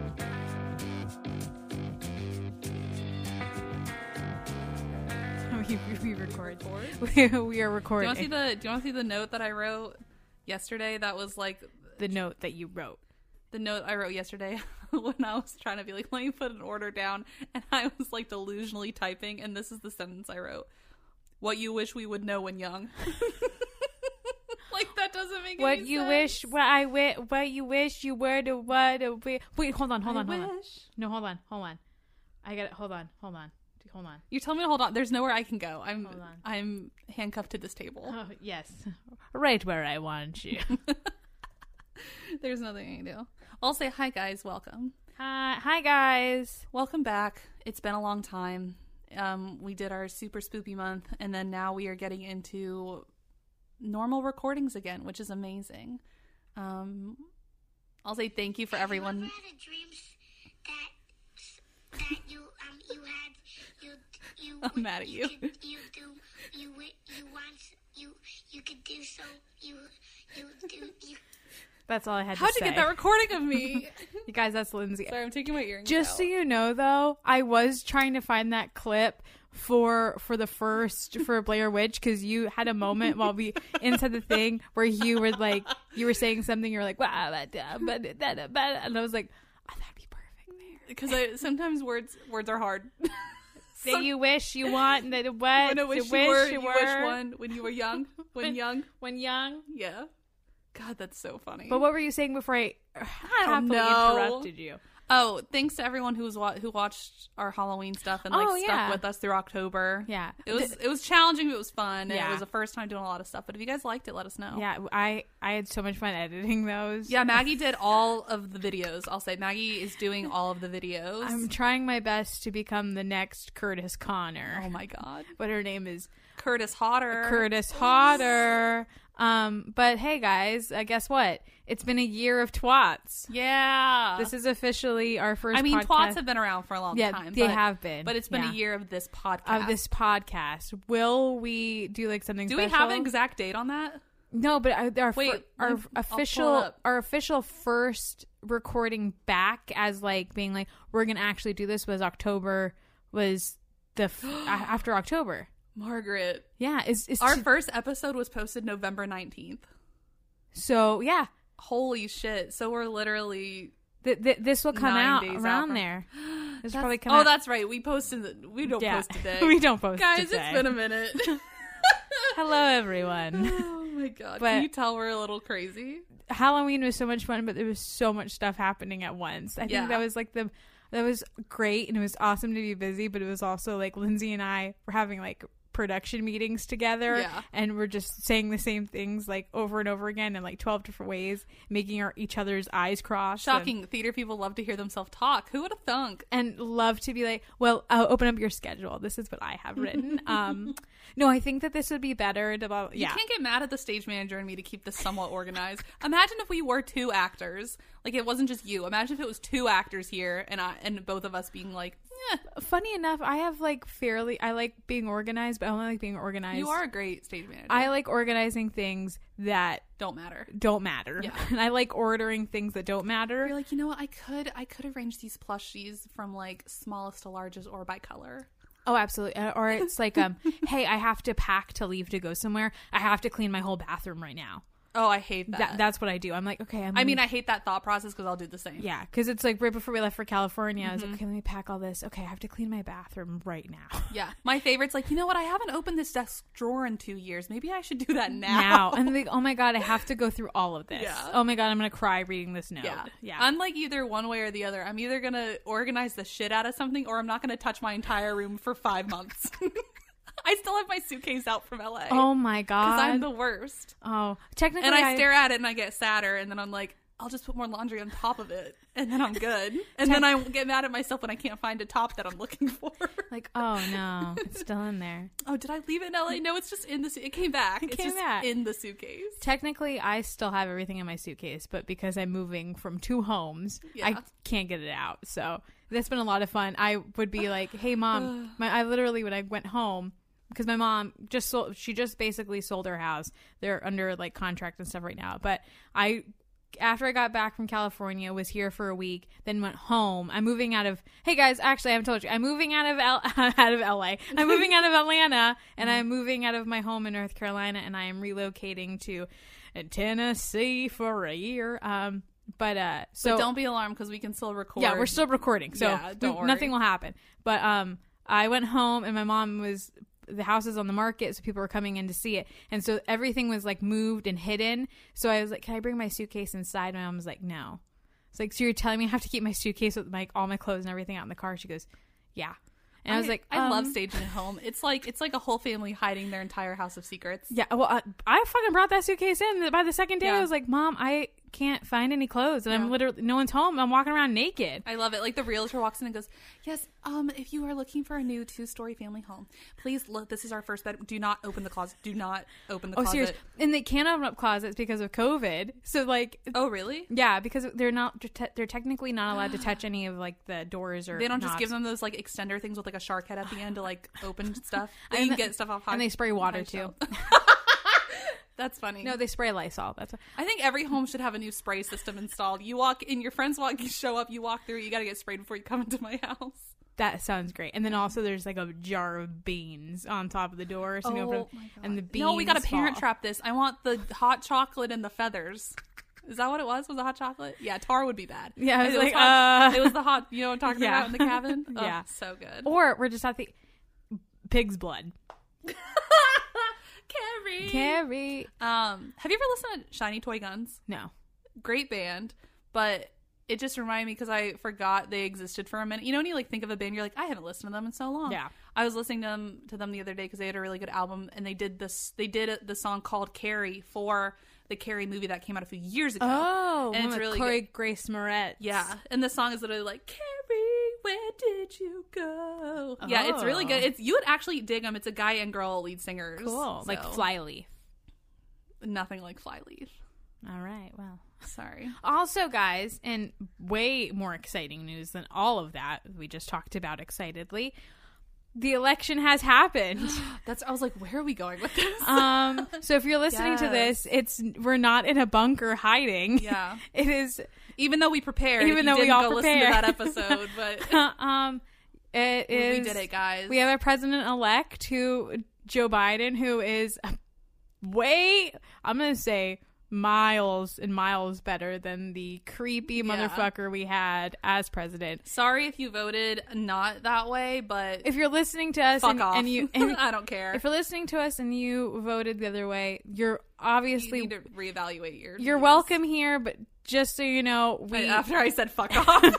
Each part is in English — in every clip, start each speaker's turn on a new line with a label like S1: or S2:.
S1: we, we record.
S2: Record?
S1: We, we are
S2: Do you
S1: recording.
S2: want to see the Do you want to see the note that I wrote yesterday? That was like
S1: the note that you wrote.
S2: the note I wrote yesterday when I was trying to be like, let me put an order down, and I was like delusionally typing, and this is the sentence I wrote: "What you wish we would know when young." like that doesn't make
S1: What
S2: any
S1: you
S2: sense.
S1: wish, what I wish, what you wish you were to what a wi- Wait, hold on, hold
S2: I
S1: on, hold on.
S2: wish.
S1: No, hold on, hold on. I got it. Hold on, hold on, hold on.
S2: You tell me to hold on. There's nowhere I can go. I'm
S1: Hold on.
S2: I'm handcuffed to this table.
S1: Oh yes, right where I want you.
S2: There's nothing I can do. I'll say hi, guys. Welcome.
S1: hi, hi guys.
S2: Welcome back. It's been a long time. Um, we did our super spoopy month, and then now we are getting into normal recordings again, which is amazing. Um, I'll say thank you for
S3: You
S2: everyone.
S3: ever had a dreams that that you um you had you you
S2: I'm mad at you.
S3: could, you do you wi- you want you you could do so you you do you
S1: That's all I had
S2: How'd
S1: to say.
S2: you get that recording of me?
S1: you guys? That's Lindsay.
S2: Sorry, I'm taking my earrings.
S1: Just
S2: out.
S1: so you know, though, I was trying to find that clip for for the first for Blair Witch because you had a moment while we inside the thing where you were like you were saying something. You were like, "Wow, that, da, ba, da, da, da, ba," and I was like, oh, "That'd be perfect there."
S2: because I sometimes words words are hard.
S1: That you wish you want and that it was
S2: When I wish you were, you wish one when you were young. When young,
S1: when young.
S2: yeah. God, that's so funny.
S1: But what were you saying before I
S2: I don't
S1: happily
S2: know.
S1: interrupted you?
S2: Oh, thanks to everyone who was wa- who watched our Halloween stuff and like
S1: Oh,
S2: stuck
S1: yeah.
S2: with us through October.
S1: Yeah.
S2: it was it was challenging, but it was fun. And
S1: Yeah.
S2: it was the first time doing a lot of stuff. But if you guys liked it, let us know.
S1: Yeah, I I had so much fun editing those.
S2: yeah. Maggie did all of the videos. I'll say Maggie is doing all of the videos.
S1: I'm trying my best to become the next Curtis Connor.
S2: oh my god,
S1: but her name is
S2: Curtis Hodder.
S1: Curtis Hodder. Um, but hey guys, uh, guess what? It's been a year of twats.
S2: yeah.
S1: This is officially our first.
S2: I mean,
S1: podcast-
S2: twats have been around for a long
S1: Yeah,
S2: time.
S1: they
S2: but-
S1: have been.
S2: but it's been
S1: Yeah.
S2: a year of this podcast.
S1: of this podcast. Will we do like something?
S2: do we
S1: special?
S2: have an exact date on that?
S1: No, but our our, fir-
S2: Wait,
S1: our
S2: I'll pull it
S1: official
S2: up.
S1: our official first recording back as like being like we're gonna actually do this was October was the f- a- after October.
S2: Margaret,
S1: Yeah, is is
S2: our first episode was posted November nineteenth.
S1: so yeah.
S2: Holy shit! So we're literally
S1: Th- th- this will come
S2: Nine
S1: out
S2: days out
S1: around
S2: from-
S1: there. This will probably come
S2: oh,
S1: out.
S2: that's right. We posted. The, we don't
S1: Yeah.
S2: post today.
S1: we don't post
S2: guys.
S1: today.
S2: It's been a minute.
S1: Hello, everyone.
S2: oh my god!
S1: But-
S2: Can you tell we're a little crazy?
S1: Halloween was so much fun, but there was so much stuff happening at once. I think
S2: Yeah.
S1: that was like the that was great, and it was awesome to be busy. But it was also like Lindsay and I were having like production meetings together,
S2: Yeah.
S1: and we're just saying the same things like over and over again in like twelve different ways, making our each other's eyes cross. and-
S2: Shocking. Theater people love to hear themselves talk. Who would have thunk?
S1: and love to be like, well, uh, open up your schedule. This is what I have written. Um, no, I think that this would be better. To, blah- yeah,
S2: You can't get mad at the stage manager and me to keep this somewhat organized. Imagine if we were two actors. Like it wasn't just you. Imagine if it was two actors here and I and both of us being like, eh,
S1: funny enough, I have like fairly. I like being organized, but I only like being organized.
S2: "You are a great stage manager."
S1: I like organizing things that
S2: don't matter.
S1: don't matter,
S2: Yeah.
S1: and I like ordering things that don't matter.
S2: You're like, you know what? I could I could arrange these plushies from like smallest to largest or by color.
S1: Oh, absolutely. Uh, Or it's like, um, hey, I have to pack to leave to go somewhere. I have to clean my whole bathroom right now.
S2: Oh, I hate that.
S1: That, that's what I do. I'm like, okay. I'm
S2: I mean, I hate that thought process because I'll do the same.
S1: Yeah, because it's like right before we left for California, I was
S2: Mm-hmm.
S1: like, okay, let me pack all this. Okay, I have to clean my bathroom right now.
S2: Yeah. My favorite's like, you know what? I haven't opened this desk drawer in two years. Maybe I should do that now.
S1: Now. And like, oh my God, I have to go through all of this.
S2: Yeah.
S1: Oh my God, I'm going to cry reading this note.
S2: Yeah.
S1: Yeah.
S2: I'm like either one way or the other. I'm either going to organize the shit out of something or I'm not going to touch my entire room for five months. I still have my suitcase out from LA.
S1: oh my God.
S2: I'm the worst.
S1: oh, technically,
S2: And I stare at it and I get sadder. And then I'm like, I'll just put more laundry on top of it. And then I'm good. And then I get mad at myself when I can't find a top that I'm looking for.
S1: Like, oh no, it's still in there.
S2: oh, did I leave it in LA? No, it's just in the suit. It came back. it's
S1: came
S2: just
S1: back.
S2: in the suitcase.
S1: Technically, I still have everything in my suitcase, but because I'm moving from two homes, I
S2: Yeah.
S1: can't get it out. So that's been a lot of fun. I would be like, "Hey, mom," my I literally when I went home because my mom just sold. She just basically sold her house. They're under like contract and stuff right now, but I after I got back from California, was here for a week, then went home. I'm moving out of. Hey guys, actually, I haven't told you. I'm moving out of L- out of LA. I'm moving out of Atlanta, and I'm moving out of my home in North Carolina, and I am relocating to uh, Tennessee for a year. Um, but uh, so
S2: But don't be alarmed because we can still record.
S1: yeah, we're still recording, so
S2: Yeah, don't
S1: we- nothing
S2: worry.
S1: will happen. But um, I went home, and my mom was the house is on the market, so people were coming in to see it, and so everything was like moved and hidden. So I was like, "Can I bring my suitcase inside?" My mom was like, "No." It's like, "So you're telling me I have to keep my suitcase with like all my clothes and everything out in the car?" She goes, "Yeah," and I, was like,
S2: I love
S1: um,
S2: staging at home. It's like it's like a whole family hiding their entire house of secrets.
S1: Yeah, well, I, I fucking brought that suitcase in. By the second day,
S2: Yeah.
S1: I was like, "Mom, I can't find any clothes, and I'm
S2: Yeah.
S1: literally no one's home. I'm walking around naked."
S2: I love it. Like the realtor walks in and goes, "Yes, um, if you are looking for a new two-story family home, please look. This is our first bedroom. Do not open the closet. Do not open the
S1: Oh,
S2: closet.
S1: serious. And they can't open up closets because of COVID. So, like,
S2: Oh, really?
S1: yeah, because they're not, they're, te- they're technically not allowed to touch any of, like, the doors or
S2: They don't just give
S1: knobs.
S2: them those like extender things with like a shark head at the end to like open stuff. They
S1: And
S2: can
S1: the-
S2: get stuff off.
S1: and they spray water,
S2: high shelf. That's funny.
S1: No, they spray Lysol. That's
S2: I think every home should have a new spray system installed. You walk in, your friends walk, you show up, you walk through, you got to get sprayed before you come into my house.
S1: That sounds great. And then also there's, like, a jar of beans on top of the door. So you open up- And the beans
S2: Oh No, we got to parent
S1: fall.
S2: trap this. I want the hot chocolate and the feathers. Is that what it was? Was it hot chocolate? Yeah, tar would be bad.
S1: Yeah, I was
S2: it
S1: like,
S2: hot,
S1: uh,
S2: it was the hot. You know what I'm talking
S1: yeah.
S2: about in the cabin? Oh,
S1: Yeah.
S2: so good.
S1: Or we're just at the pig's blood.
S2: Carrie.
S1: Carrie.
S2: um, have you ever listened to Shiny Toy Guns?
S1: No.
S2: great band, but it just reminded me because I forgot they existed for a minute. You know, when you like think of a band, you're like, I haven't listened to them in so long.
S1: Yeah.
S2: I was listening to them to them the other day because they had a really good album, and they did this. They did the song called Carrie for the Carrie movie that came out a few years ago.
S1: Oh,
S2: and
S1: and
S2: it's really
S1: Corey Grace Moretz.
S2: Yeah, and the song is literally like Carrie, where did you go? Yeah, it's really
S1: Oh.
S2: good. It's you would actually dig them. It's a guy and girl lead singers.
S1: Cool. Like
S2: so-
S1: Flyleaf.
S2: nothing like Flyleaf.
S1: All right. Well.
S2: Sorry.
S1: Also, guys, and way more exciting news than all of that we just talked about excitedly. The election has happened.
S2: That's I was like, where are we going with this?
S1: Um, so if you're listening to this, it's we're not in a bunker hiding.
S2: Yeah.
S1: it is.
S2: even though we prepared,
S1: Even though
S2: you
S1: we
S2: didn't
S1: all
S2: go
S1: prepared.
S2: listen to that episode, but
S1: um, it is.
S2: we did it, guys.
S1: We have a president elect who Joe Biden, who is way I'm gonna say miles and miles better than the creepy motherfucker we had as president.
S2: Sorry if you voted not that way, but
S1: If you're listening to us
S2: fuck
S1: and,
S2: off.
S1: and you and
S2: I don't care.
S1: If you're listening to us and you voted the other way, you're
S2: you
S1: obviously
S2: need to reevaluate your.
S1: you're
S2: views.
S1: welcome here, but just so you know,
S2: But
S1: we
S2: after I said fuck off,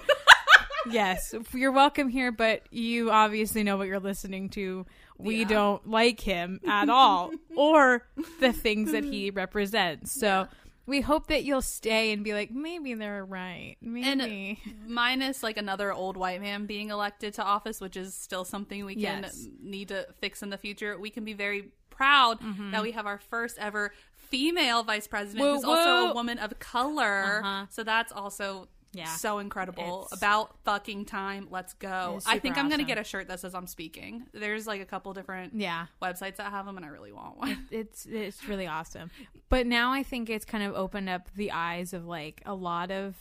S1: yes, you're welcome here, but you obviously know what you're listening to. We
S2: Yeah.
S1: don't like him at all or the things that he represents. So we hope that you'll stay and be like, maybe they're right.
S2: uh,
S1: Maybe.
S2: minus like another old white man being elected to office, which is still something we can
S1: Yes.
S2: need to fix in the future. We can be very proud
S1: Mm-hmm.
S2: that we have our first ever female vice president
S1: Woo,
S2: who's also
S1: woo.
S2: a woman of color.
S1: Uh-huh.
S2: So that's also
S1: Yeah.
S2: so incredible.
S1: It's-
S2: About fucking time. Let's go.
S1: It's
S2: I
S1: super
S2: think I'm going to
S1: awesome.
S2: get a shirt that says I'm speaking. There's like a couple different
S1: yeah.
S2: websites that have them and I really want one.
S1: it's it's really awesome. But now I think it's kind of opened up the eyes of like a lot of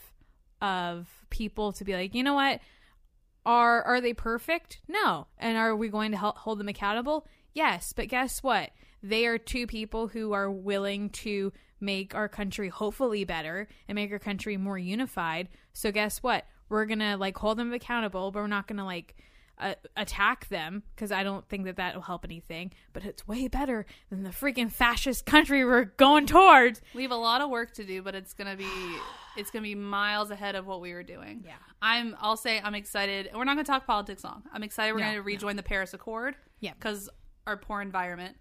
S1: of people to be like, you know what? Are are they perfect? No. And are we going to help hold them accountable? Yes. But guess what? They are two people who are willing to make our country hopefully better and make our country more unified. So guess what? We're gonna like hold them accountable, but we're not gonna like uh, attack them because I don't think that that will help anything. But it's way better than the freaking fascist country we're going towards.
S2: We have a lot of work to do, but it's gonna be it's gonna be miles ahead of what we were doing.
S1: Yeah.
S2: I'm. I'll say I'm excited. We're not gonna talk politics long. I'm excited. We're
S1: No,
S2: gonna rejoin the Paris Accord.
S1: Yeah.
S2: because our poor environment.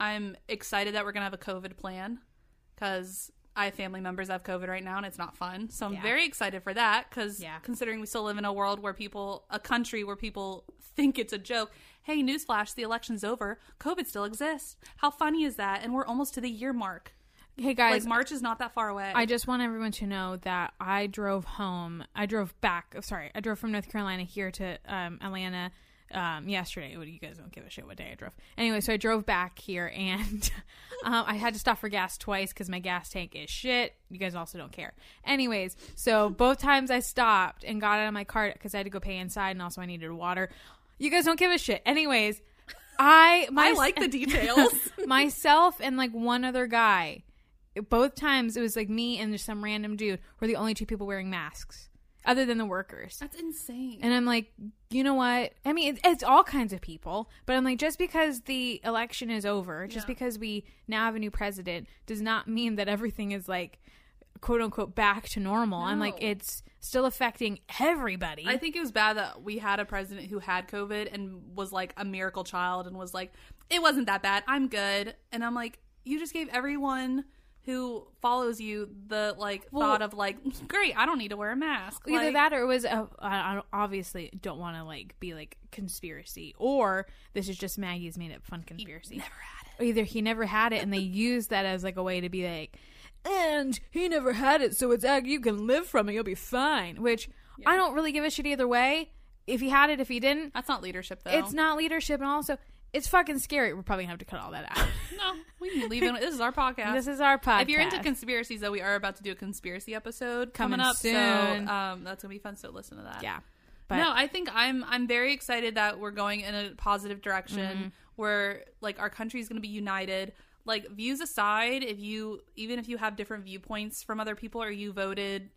S2: I'm excited that we're gonna have a COVID plan because I have family members that have COVID right now and it's not fun. So I'm
S1: Yeah.
S2: very excited for that because
S1: Yeah.
S2: considering we still live in a world where people, a country where people think it's a joke. Hey, newsflash: the election's over. COVID still exists. How funny is that? And we're almost to the year mark.
S1: Hey
S2: Like
S1: guys,
S2: March is not that far away.
S1: I just want everyone to know that oh, I drove home. I drove back. Sorry, I drove from North Carolina here to um, Atlanta um, yesterday. What, You guys don't give a shit what day I drove. Anyway, so I drove back here and um, I had to stop for gas twice because my gas tank is shit. You guys also don't care. Anyways, so both times I stopped and got out of my car because I had to go pay inside and also I needed water. You guys don't give a shit. Anyways, I my
S2: I like the details.
S1: myself and like one other guy both times it was like me and just some random dude were the only two people wearing masks other than the workers
S2: That's insane.
S1: and i'm like you know what i mean it, it's all kinds of people but i'm like just because the election is over just
S2: Yeah.
S1: because we now have a new president does not mean that everything is like quote unquote back to normal i'm like
S2: No.
S1: it's still affecting everybody
S2: I think it was bad that we had a president who had COVID and was like a miracle child and was like, it wasn't that bad. I'm good. And I'm like, you just gave everyone who follows you the like
S1: Well-
S2: thought of like, great, I don't need to wear a mask.
S1: either
S2: Like,
S1: that or it was a, I I don't- obviously don't want to like be like conspiracy or this is just maggie's made up fun conspiracy
S2: never had it.
S1: Or either he never had it and they used that as like a way to be like and he never had it so it's ag- you can live from it you'll be fine which i don't really give a shit either way if he had it if he didn't
S2: That's not leadership though.
S1: it's not leadership and also it's fucking scary we're probably gonna have to cut all that out
S2: No, we can leave it. This is our podcast.
S1: this is our podcast
S2: if you're into conspiracies, though, we are about to do a conspiracy episode
S1: Coming
S2: coming, up.
S1: soon.
S2: So um, that's gonna be fun. So listen to that.
S1: yeah but
S2: no, I think I'm I'm very excited that we're going in a positive direction
S1: Mm-hmm.
S2: where like our country is going to be united. Like views aside, if you even if you have different viewpoints from other people or you voted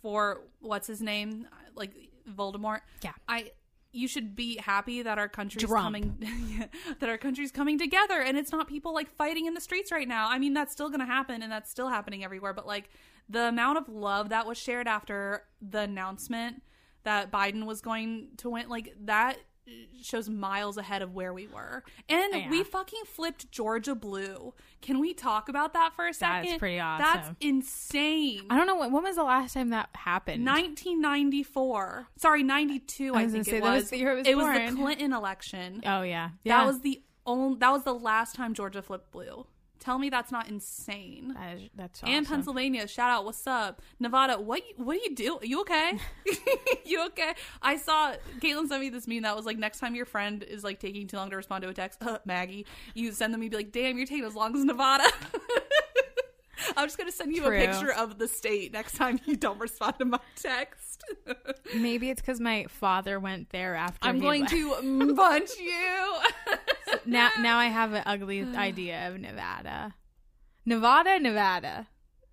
S2: for what's his name? Like Voldemort.
S1: Yeah.
S2: I you should be happy that our country's
S1: Drump.
S2: coming that our country's coming together and it's not people like fighting in the streets right now. I mean that's still going to happen and that's still happening everywhere, but like the amount of love that was shared after the announcement that Biden was going to win, like that shows miles ahead of where we were. And
S1: Oh, Yeah.
S2: we fucking flipped Georgia blue. Can we talk about that for a
S1: That's
S2: second?
S1: pretty
S2: That's
S1: awesome.
S2: insane.
S1: i don't know when, when was the last time that happened
S2: 1994. Sorry, 92. I,
S1: was gonna
S2: think
S1: say,
S2: it
S1: that
S2: was.
S1: was the year I was
S2: it was
S1: born.
S2: the Clinton election.
S1: oh yeah
S2: That was the only. That was the last time Georgia flipped blue. Tell me that's not insane.
S1: that is, that's
S2: And
S1: awesome.
S2: Pennsylvania, shout out, what's up? Nevada, what you- what do you do? You okay? you okay? I saw Caitlin sent me this meme that was like, next time your friend is like taking too long to respond to a text, uh, Maggie, you send them, you'd be like, damn, you're taking as long as Nevada. I'm just gonna send you
S1: True.
S2: a picture of the state next time you don't respond to my text.
S1: Maybe it's because my father went there after.
S2: I'm
S1: he
S2: going
S1: left.
S2: to punch you.
S1: now. Now I have an ugly idea of Nevada, Nevada, Nevada.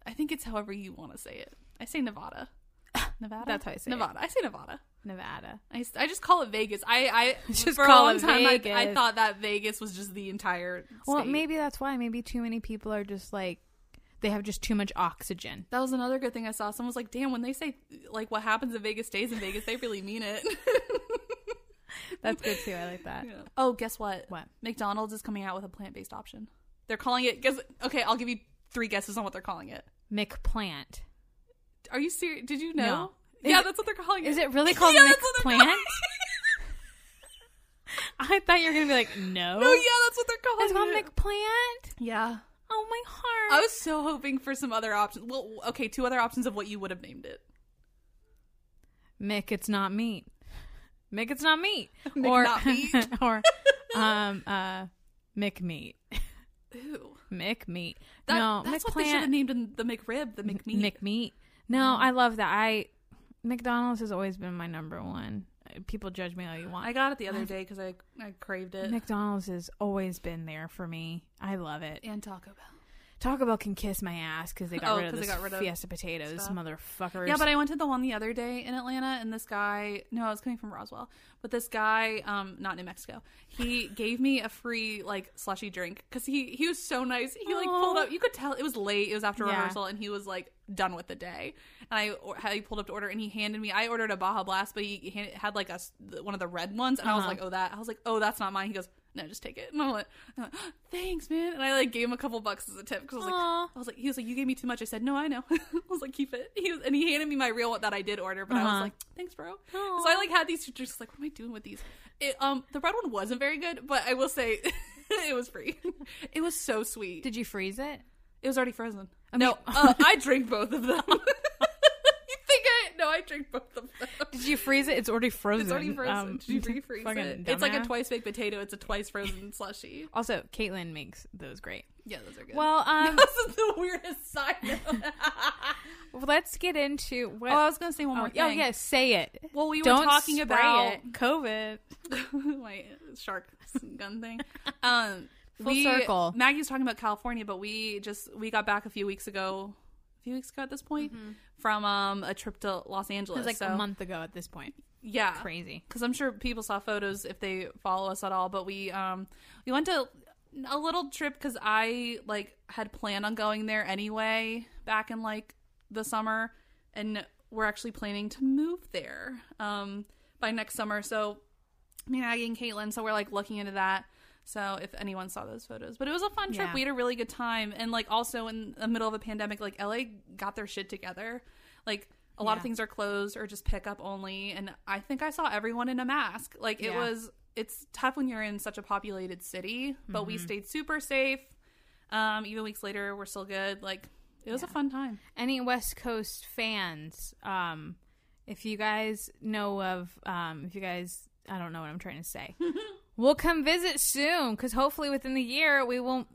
S2: I think it's however you want to say it. I say Nevada. Nevada.
S1: That's how I say it.
S2: Nevada. I say Nevada.
S1: Nevada.
S2: I, I just call it Vegas. I, I
S1: Just
S2: for
S1: call
S2: a long
S1: it
S2: time I- I,
S1: Vegas.
S2: thought that Vegas was just the entire.
S1: Well,
S2: state.
S1: maybe that's why. Maybe too many people are just like they have just too much oxygen.
S2: that was another good thing I saw. Someone was like, "Damn, when they say like what happens in Vegas stays in Vegas, they really mean it."
S1: That's good too. I like that.
S2: Oh, guess what?
S1: What?
S2: McDonald's is coming out with a plant based option. They're calling it. Guess okay. I'll give you three guesses on what they're calling it.
S1: McPlant.
S2: Are you serious? Did you know?
S1: No.
S2: Yeah,
S1: Is it-
S2: that's what they're calling it.
S1: Is it really called
S2: Yeah, that's what they're
S1: McPlant?
S2: calling it.
S1: I thought you were gonna be like, no.
S2: Oh yeah, that's what they're calling
S1: It's called
S2: it.
S1: McPlant.
S2: yeah.
S1: Oh my heart.
S2: I was so hoping for some other options. Well, okay, two other options of what you would have named it.
S1: Mick, it's not meat. Mick, it's not meat.
S2: Mick
S1: or
S2: not meat.
S1: or um uh Mick meat.
S2: Ooh.
S1: Mick meat.
S2: That,
S1: no,
S2: that's what they should have
S1: McPlant.
S2: named in the McRib, the McMeat.
S1: McMeat. No, I love that. I McDonald's has always been my number one. People judge me all you want.
S2: I got it the other day because I, I craved it.
S1: McDonald's has always been there for me. I love it.
S2: and Taco Bell.
S1: Taco Bell can kiss my ass because they got
S2: Oh,
S1: rid of
S2: 'cause
S1: those
S2: they got rid of
S1: Fiesta potatoes,
S2: stuff.
S1: motherfuckers.
S2: Yeah, but I went to the one the other day in Atlanta, and this guy, no, I was coming from Roswell, but this guy, um, not New Mexico, he gave me a free, like, slushy drink because he, he was so nice. He, like, pulled
S1: Aw.
S2: up, you could tell it was late, it was after
S1: Yeah.
S2: rehearsal, and he was, like, done with the day. And I, or- I pulled up to order, and he handed me, I ordered a Baja Blast, but he hand, had, like, a, s- one of the red ones, and I was
S1: Uh-huh.
S2: like, oh, that. I was like, oh, that's not mine. He goes, no, just take it. And I went, uh, thanks, man. And I, like, gave him a couple bucks as a tip because I was like,
S1: Aw.
S2: I was like, he was like, you gave me too much. I said, no, I know. I was like, keep it. He was, and he handed me my real one that I did order, but I
S1: Uh-huh.
S2: was like, thanks, bro. So I like had these two drinks. Like, what am I doing with these? It, um, the red one wasn't very good, but I will say, it was free. it was so sweet.
S1: Did you freeze it?
S2: it was already frozen. uh,
S1: mean-
S2: no, uh, I drank both of them. you think I? No, I drink both of them.
S1: Did you freeze it? It's already frozen.
S2: It's already frozen.
S1: Um,
S2: Did you refreeze
S1: fucking
S2: it? It's like a
S1: dumbass.
S2: twice baked potato. It's a twice frozen slushy.
S1: Also, Caitlin makes those great.
S2: Yeah, those are good.
S1: Well, um,
S2: this is the weirdest side note.
S1: let's get into what.
S2: oh, I was gonna say one
S1: oh,
S2: more
S1: oh,
S2: thing.
S1: yeah, say it.
S2: Well, we were
S1: Don't
S2: talking
S1: spray
S2: about
S1: it. COVID.
S2: my shark gun thing. Um,
S1: Full
S2: we-
S1: circle.
S2: Maggie's talking about California, but we just we got back a few weeks ago, a few weeks ago at this point from um a trip to Los
S1: Mm-hmm. It
S2: Angeles.
S1: was like
S2: so,
S1: a month ago at this point.
S2: Yeah,
S1: Crazy.
S2: because I'm sure people saw photos if they follow us at all. But we um we went to a little trip because I like had planned on going there anyway back in like the summer, and we're actually planning to move there um by next summer. So me and Aggie and Caitlin, so we're like looking into that. So if anyone saw those photos, but it was a fun trip.
S1: Yeah.
S2: We had a really good time, and like also in the middle of a pandemic, like LA got their shit together. Like a lot of
S1: Yeah.
S2: things are closed or just pickup only, and I think I saw everyone in a mask. Like it
S1: Yeah.
S2: was, it's tough when you're in such a populated city, but we stayed super safe. Um, even weeks later, we're still good. Like it was a fun time.
S1: Any West Coast fans, um, if you guys know of, um, if you guys, I don't know what I'm trying to say, we'll come visit soon because hopefully within the year we won't,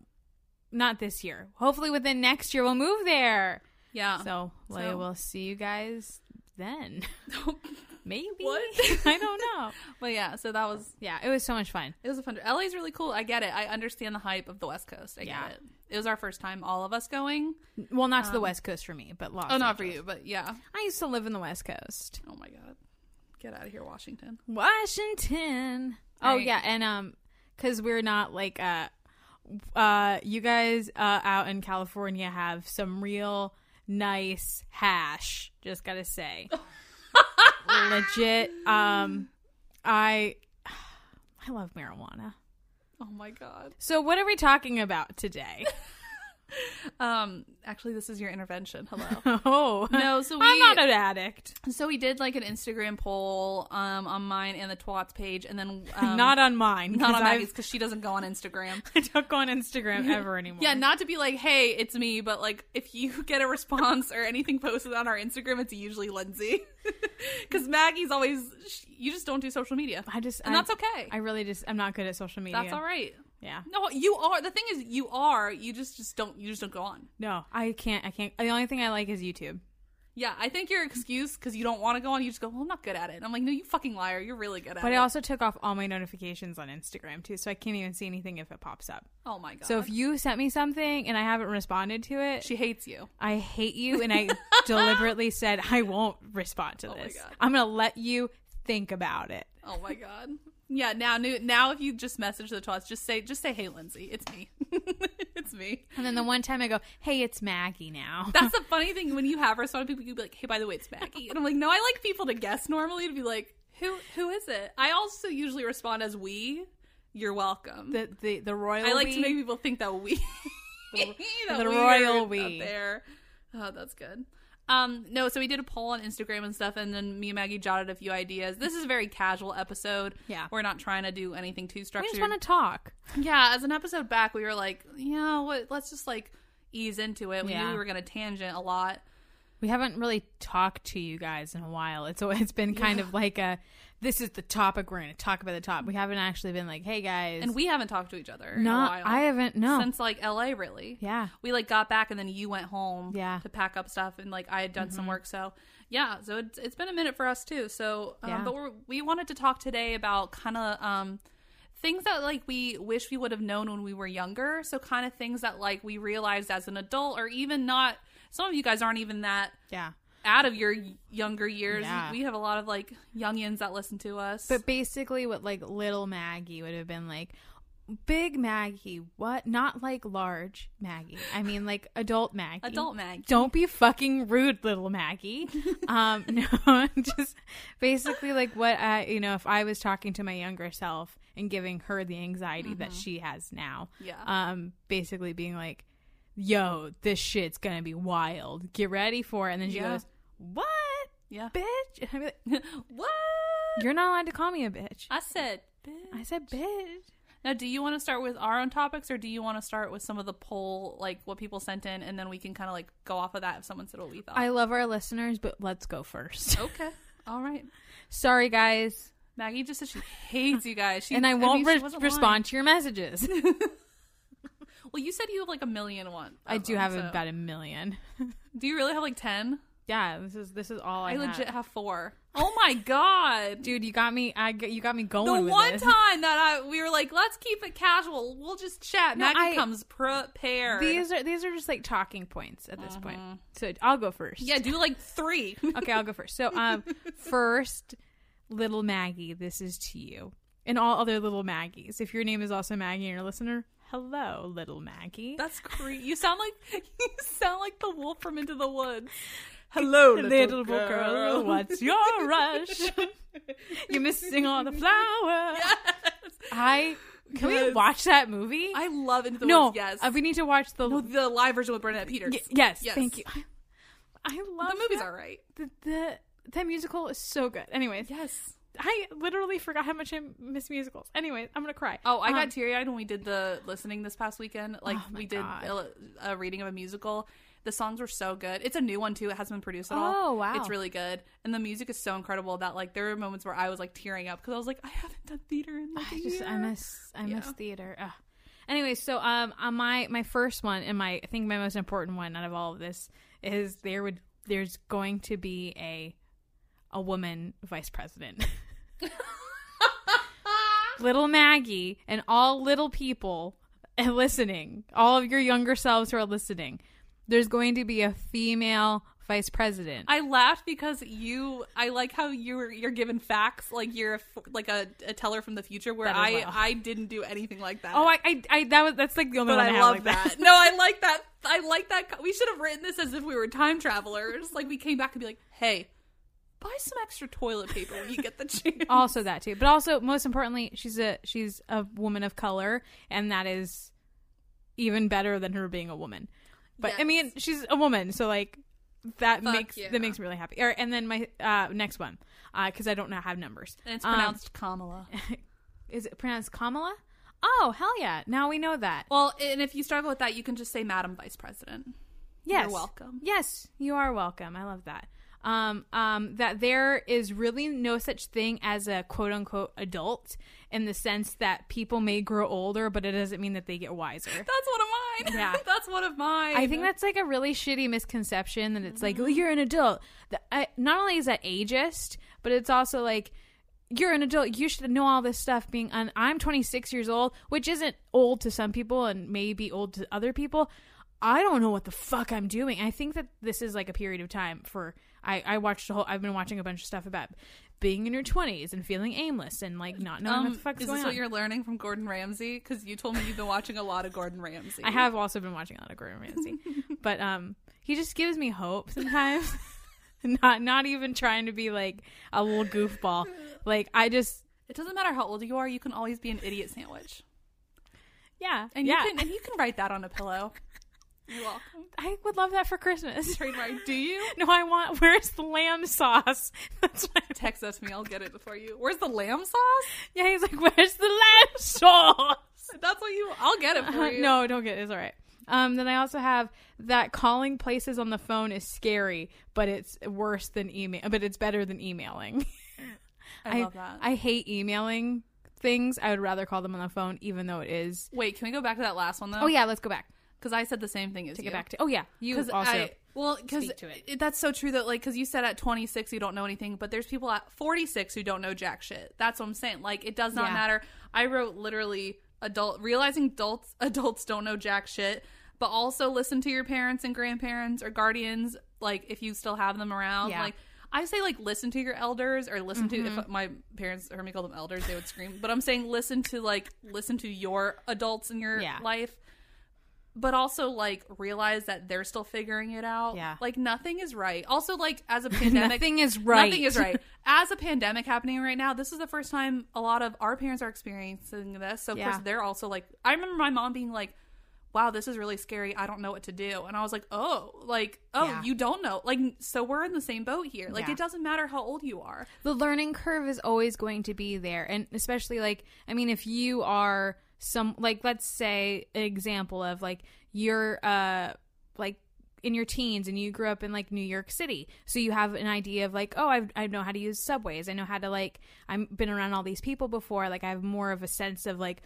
S1: not this year, hopefully within next year we'll move there.
S2: Yeah.
S1: So, we
S2: So-
S1: will see you guys then. Maybe.
S2: What?
S1: I don't know.
S2: but yeah, so that was
S1: Yeah, it was so much fun.
S2: It was a fun. LA's really cool. I get it. I understand the hype of the West Coast. I
S1: Yeah.
S2: get it. It was our first time, all of us going.
S1: Well, not to the West Coast for me, but Los.
S2: Um, Oh, not for
S1: Angeles.
S2: you, but yeah.
S1: I used to live in the West Coast,
S2: Oh my god, get out of here, Washington.
S1: Washington. Oh
S2: Right.
S1: yeah, and um, because we're not like uh, uh, you guys uh out in California have some real nice hash. Just gotta say, legit. Um, I I love marijuana.
S2: Oh my god.
S1: So what are we talking about today?
S2: Um, actually, this is your intervention. Hello.
S1: oh
S2: no, so we
S1: I'm not an addict.
S2: so we did like an Instagram poll um on mine and the Twats page, and then um,
S1: not on mine.
S2: not
S1: 'cause
S2: on
S1: I've-
S2: Maggie's because she doesn't go on Instagram.
S1: I don't go on Instagram ever anymore.
S2: Yeah, not to be like, hey, it's me, but like if you get a response or anything posted on our Instagram, it's usually Lindsay. Because Maggie's always, sh you just don't do social media.
S1: I just
S2: And
S1: I-
S2: that's okay.
S1: I really just I'm not good at social media.
S2: that's all right.
S1: Yeah.
S2: No, you are. The thing is, you are. You just just don't. You just don't go on.
S1: No, I can't. I can't. The only thing I like is YouTube.
S2: Yeah, I think your excuse because you don't want to go on. You just go. Well, I'm not good at it. And I'm like, no, you fucking liar. You're really good at
S1: But
S2: it.
S1: I also took off all my notifications on Instagram too, so I can't even see anything if it pops up.
S2: oh my god.
S1: So if you sent me something and I haven't responded to it,
S2: she hates you.
S1: I hate you, and I deliberately said I won't respond to
S2: Oh my
S1: this.
S2: God.
S1: I'm gonna let you think about it.
S2: Oh my god. Yeah, now new, now if you just message the twats, just say just say, "Hey Lindsay, it's me. it's me."
S1: And then the one time I go, "Hey, it's Maggie now."
S2: That's the funny thing when you have responded people, you'd be like, "Hey, by the way, it's Maggie," and I'm like, "No, I like people to guess normally to be like, who who is it?" I also usually respond as "we." You're welcome.
S1: the the the royal.
S2: I like to
S1: we.
S2: make people think that we, that
S1: the
S2: we
S1: royal
S2: are up
S1: we.
S2: there. Oh, that's good. Um, no, so we did a poll on Instagram and stuff, and then me and Maggie jotted a few ideas. This is a very casual episode.
S1: Yeah.
S2: we're not trying to do anything too
S1: We
S2: structured.
S1: just want to talk.
S2: Yeah, as an episode back, we were like, you know what? Let's just like ease into it. We knew
S1: Yeah.
S2: we were going to tangent a lot.
S1: We haven't really talked to you guys in a while. It's always been kind of like a this is the topic we're going to talk about the top. We haven't actually been like, "Hey guys."
S2: and we haven't talked to each other in a
S1: not
S2: while.
S1: I haven't no.
S2: since like LA really.
S1: yeah.
S2: We like got back and then you went home
S1: Yeah. Mm-hmm.
S2: to pack up stuff and like I had done some work so yeah so it's, it's been a minute for us too so um,
S1: Yeah.
S2: but we're, we wanted to talk today about kind of um things that like we wish we would have known when we were younger so kind of things that like we realized as an adult or even not some of you guys aren't even that
S1: Yeah.
S2: out of your younger years
S1: Yeah.
S2: we have a lot of like youngins that listen to us
S1: But basically what like little Maggie would have been like big Maggie, what? Not like large Maggie. I mean like adult Maggie.
S2: adult mag
S1: Don't be fucking rude, little Maggie. Um, no, just basically like what I, you know, if I was talking to my younger self and giving her the anxiety that she has now,
S2: Mm-hmm. Yeah.
S1: um, basically being like, "Yo, this shit's gonna be wild. Get ready for it." And then she
S2: Yeah.
S1: goes, "What,
S2: yeah
S1: bitch?" And I'm like,
S2: what
S1: "You're not allowed to call me a bitch."
S2: i said
S1: I said, "Bitch."
S2: Now, do you want to start with our own topics, or do you want to start with some of the poll, like what people sent in, and then we can kind of like go off of that if someone said what we thought?
S1: I love our listeners, but let's go first.
S2: okay, all right.
S1: Sorry, guys.
S2: Maggie just said she hates you guys, she,
S1: and I
S2: mean,
S1: won't
S2: she
S1: re-
S2: wasn't
S1: respond
S2: lying.
S1: to your messages.
S2: Well, you said you have like a million one.
S1: I
S2: of
S1: do
S2: them,
S1: have
S2: so-
S1: about a million.
S2: Do you really have like ten?
S1: yeah, this is this is all I,
S2: I legit
S1: have.
S2: have four. Oh my god,
S1: Dude, you got me. I g- you got me going.
S2: The
S1: with
S2: one
S1: this.
S2: time that I we were like, let's keep it casual. We'll just chat.
S1: No,
S2: Maggie
S1: I-
S2: comes prepared.
S1: These are these are just like talking points at this point. So I'll go first.
S2: yeah, do like three.
S1: Okay, I'll go first. So um, first, little Maggie, this is to you and all other little Maggies. If your name is also Maggie and you're a listener, hello, little Maggie.
S2: That's creepy. You sound like you sound like the wolf from Into the Woods.
S1: Hello,
S2: little girl.
S1: What's your rush? You're missing all the flowers. I can we
S2: Yes.
S1: watch that movie?
S2: I love Into the
S1: no.
S2: Woods. Yes,
S1: uh, we need to watch the.
S2: No, the live version with Bernadette Peters.
S1: Y- yes,
S2: Yes.
S1: Thank you. Oh, I, I love
S2: the movie's
S1: that.
S2: all right.
S1: The, the that musical is so good. Anyways,
S2: Yes.
S1: I literally forgot how much I miss musicals. Anyways, I'm gonna cry.
S2: Oh, I
S1: Um,
S2: got teary eyed when we did the listening this past weekend. Like
S1: Oh my
S2: we did a,
S1: God.
S2: a reading of a musical. The songs were so good. It's a new one too. It hasn't been produced at all.
S1: Oh, wow.
S2: It's really good, and the music is so incredible that like there were moments where I was like tearing up because I was like, I haven't done theater in like a
S1: I just I
S2: year.
S1: miss I miss
S2: Yeah.
S1: theater. Ugh. Anyway, so um, on my my first one and my I think my most important one out of all of this is there would there's going to be a a woman vice president. little Maggie and all little people and listening, all of your younger selves who are listening, there's going to be a female vice president.
S2: I laughed because you. I like how you're you're given facts like you're a f like a, a teller from the future. Where
S1: That
S2: I
S1: is loud.
S2: I didn't do anything like that.
S1: oh, I, I, I that was that's like the only
S2: but
S1: one
S2: I,
S1: have
S2: love
S1: like
S2: that. No, I like that. I like that. co- We should have written this as if we were time travelers. Like we came back and be like, hey, buy some extra toilet paper when you get the chance.
S1: also that too but also most importantly she's a she's a woman of color and that is even better than her being a woman but i
S2: Yes.
S1: mean she's a woman so like that
S2: Fuck
S1: makes
S2: yeah.
S1: that makes me really happy All right, and then my uh next one uh because i don't know have numbers
S2: And it's
S1: Um,
S2: pronounced Kamala.
S1: is it pronounced kamala oh hell yeah now we know that
S2: Well, and if you struggle with that, you can just say Madam Vice President.
S1: yes
S2: welcome.
S1: yes you are welcome i love that um, um, that there is really no such thing as a quote unquote adult in the sense that people may grow older, but it doesn't mean that they get wiser.
S2: That's one of mine.
S1: Yeah.
S2: That's one of mine.
S1: I think that's like a really shitty misconception that it's like, oh, you're an adult. The- I, not only is that ageist, but it's also like, you're an adult. You should know all this stuff. Being un- I'm 26 years old, which isn't old to some people and maybe old to other people. I don't know what the fuck I'm doing. I think that this is like a period of time for. I, I watched a whole. I've been watching a bunch of stuff about being in your 20s and feeling aimless and like not knowing what
S2: Um,
S1: the fuck's
S2: is
S1: going
S2: this
S1: on.
S2: what you're learning from Gordon Ramsay? Because you told me you've been watching a lot of Gordon Ramsay.
S1: I have also been watching a lot of Gordon Ramsay, but um, he just gives me hope sometimes. not not even trying to be like a little goofball. Like I just
S2: It doesn't matter how old you are; you can always be an idiot sandwich,
S1: yeah
S2: and
S1: yeah.
S2: you can and you can write that on a pillow. You're welcome.
S1: I would love that for Christmas.
S2: Trademark. Do you?
S1: No, I want. Where's the lamb sauce? That's what. I-
S2: Text us me. I'll get it for you. Where's the lamb sauce?
S1: yeah, he's like, where's the lamb sauce?
S2: That's what you. I'll get it for
S1: Uh,
S2: you.
S1: no, don't get it. It's all right. Um, then I also have that calling places on the phone is scary, but it's worse than email. But it's better than emailing.
S2: I, love that.
S1: I hate emailing things. I would rather call them on the phone, even though it is.
S2: Wait, can we go back to that last one though?
S1: Oh yeah, let's go back.
S2: because I said the same thing as
S1: Take
S2: you.
S1: it back to. Oh yeah, you also.
S2: I well because
S1: speak to it.
S2: that's so true that like because you said at 26 you don't know anything but there's people at 46 who don't know jack shit that's what i'm saying like it does not
S1: Yeah.
S2: matter i wrote literally adult realizing adults adults don't know jack shit but also listen to your parents and grandparents or guardians like if you still have them around
S1: Yeah. Mm-hmm.
S2: like I say like listen to your elders or listen to if my parents heard me call them elders they would scream but I'm saying listen to like listen to your adults in your
S1: Yeah.
S2: life but also like realize that they're still figuring it out.
S1: Yeah.
S2: Like nothing is right. Also, like as a pandemic,
S1: Nothing is right.
S2: Nothing is right. As a pandemic happening right now, this is the first time a lot of our parents are experiencing this. So of
S1: Yeah.
S2: course they're also like, I remember my mom being like. Wow, this is really scary. I don't know what to do. And I was like, "Oh, like, oh,
S1: Yeah.
S2: you don't know." Like, so we're in the same boat here. Like,
S1: Yeah.
S2: it doesn't matter how old you are.
S1: the learning curve is always going to be there, and especially like I mean, if you are some like let's say an example of like you're uh like in your teens and you grew up in like New York City. So you have an idea of like, oh, I've, I know how to use subways. I know how to like, I've been around all these people before. Like, I have more of a sense of like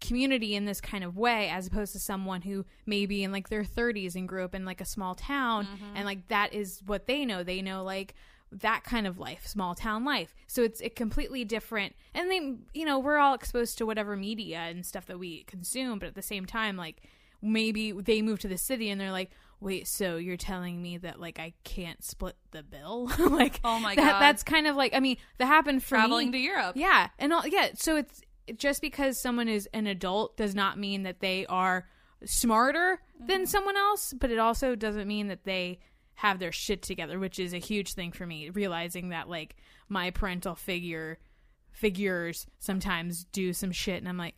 S1: community in this kind of way as opposed to someone who maybe in like their 30s and grew up in like a small town and like that is what they know. They know like, that kind of life, small town life. So it's a completely different. And they, you know, we're all exposed to whatever media and stuff that we consume, but at the same time, like maybe they move to the city and they're like, wait, so you're telling me that like I can't split the bill? like,
S2: Oh my
S1: that,
S2: God.
S1: that's kind of like I mean that happened for
S2: traveling
S1: me.
S2: to Europe.
S1: Yeah, and all, yeah. So it's just because someone is an adult does not mean that they are smarter than someone else, but it also doesn't mean that they have their shit together, which is a huge thing for me. Realizing that like my parental figure figures sometimes do some shit, and I'm like.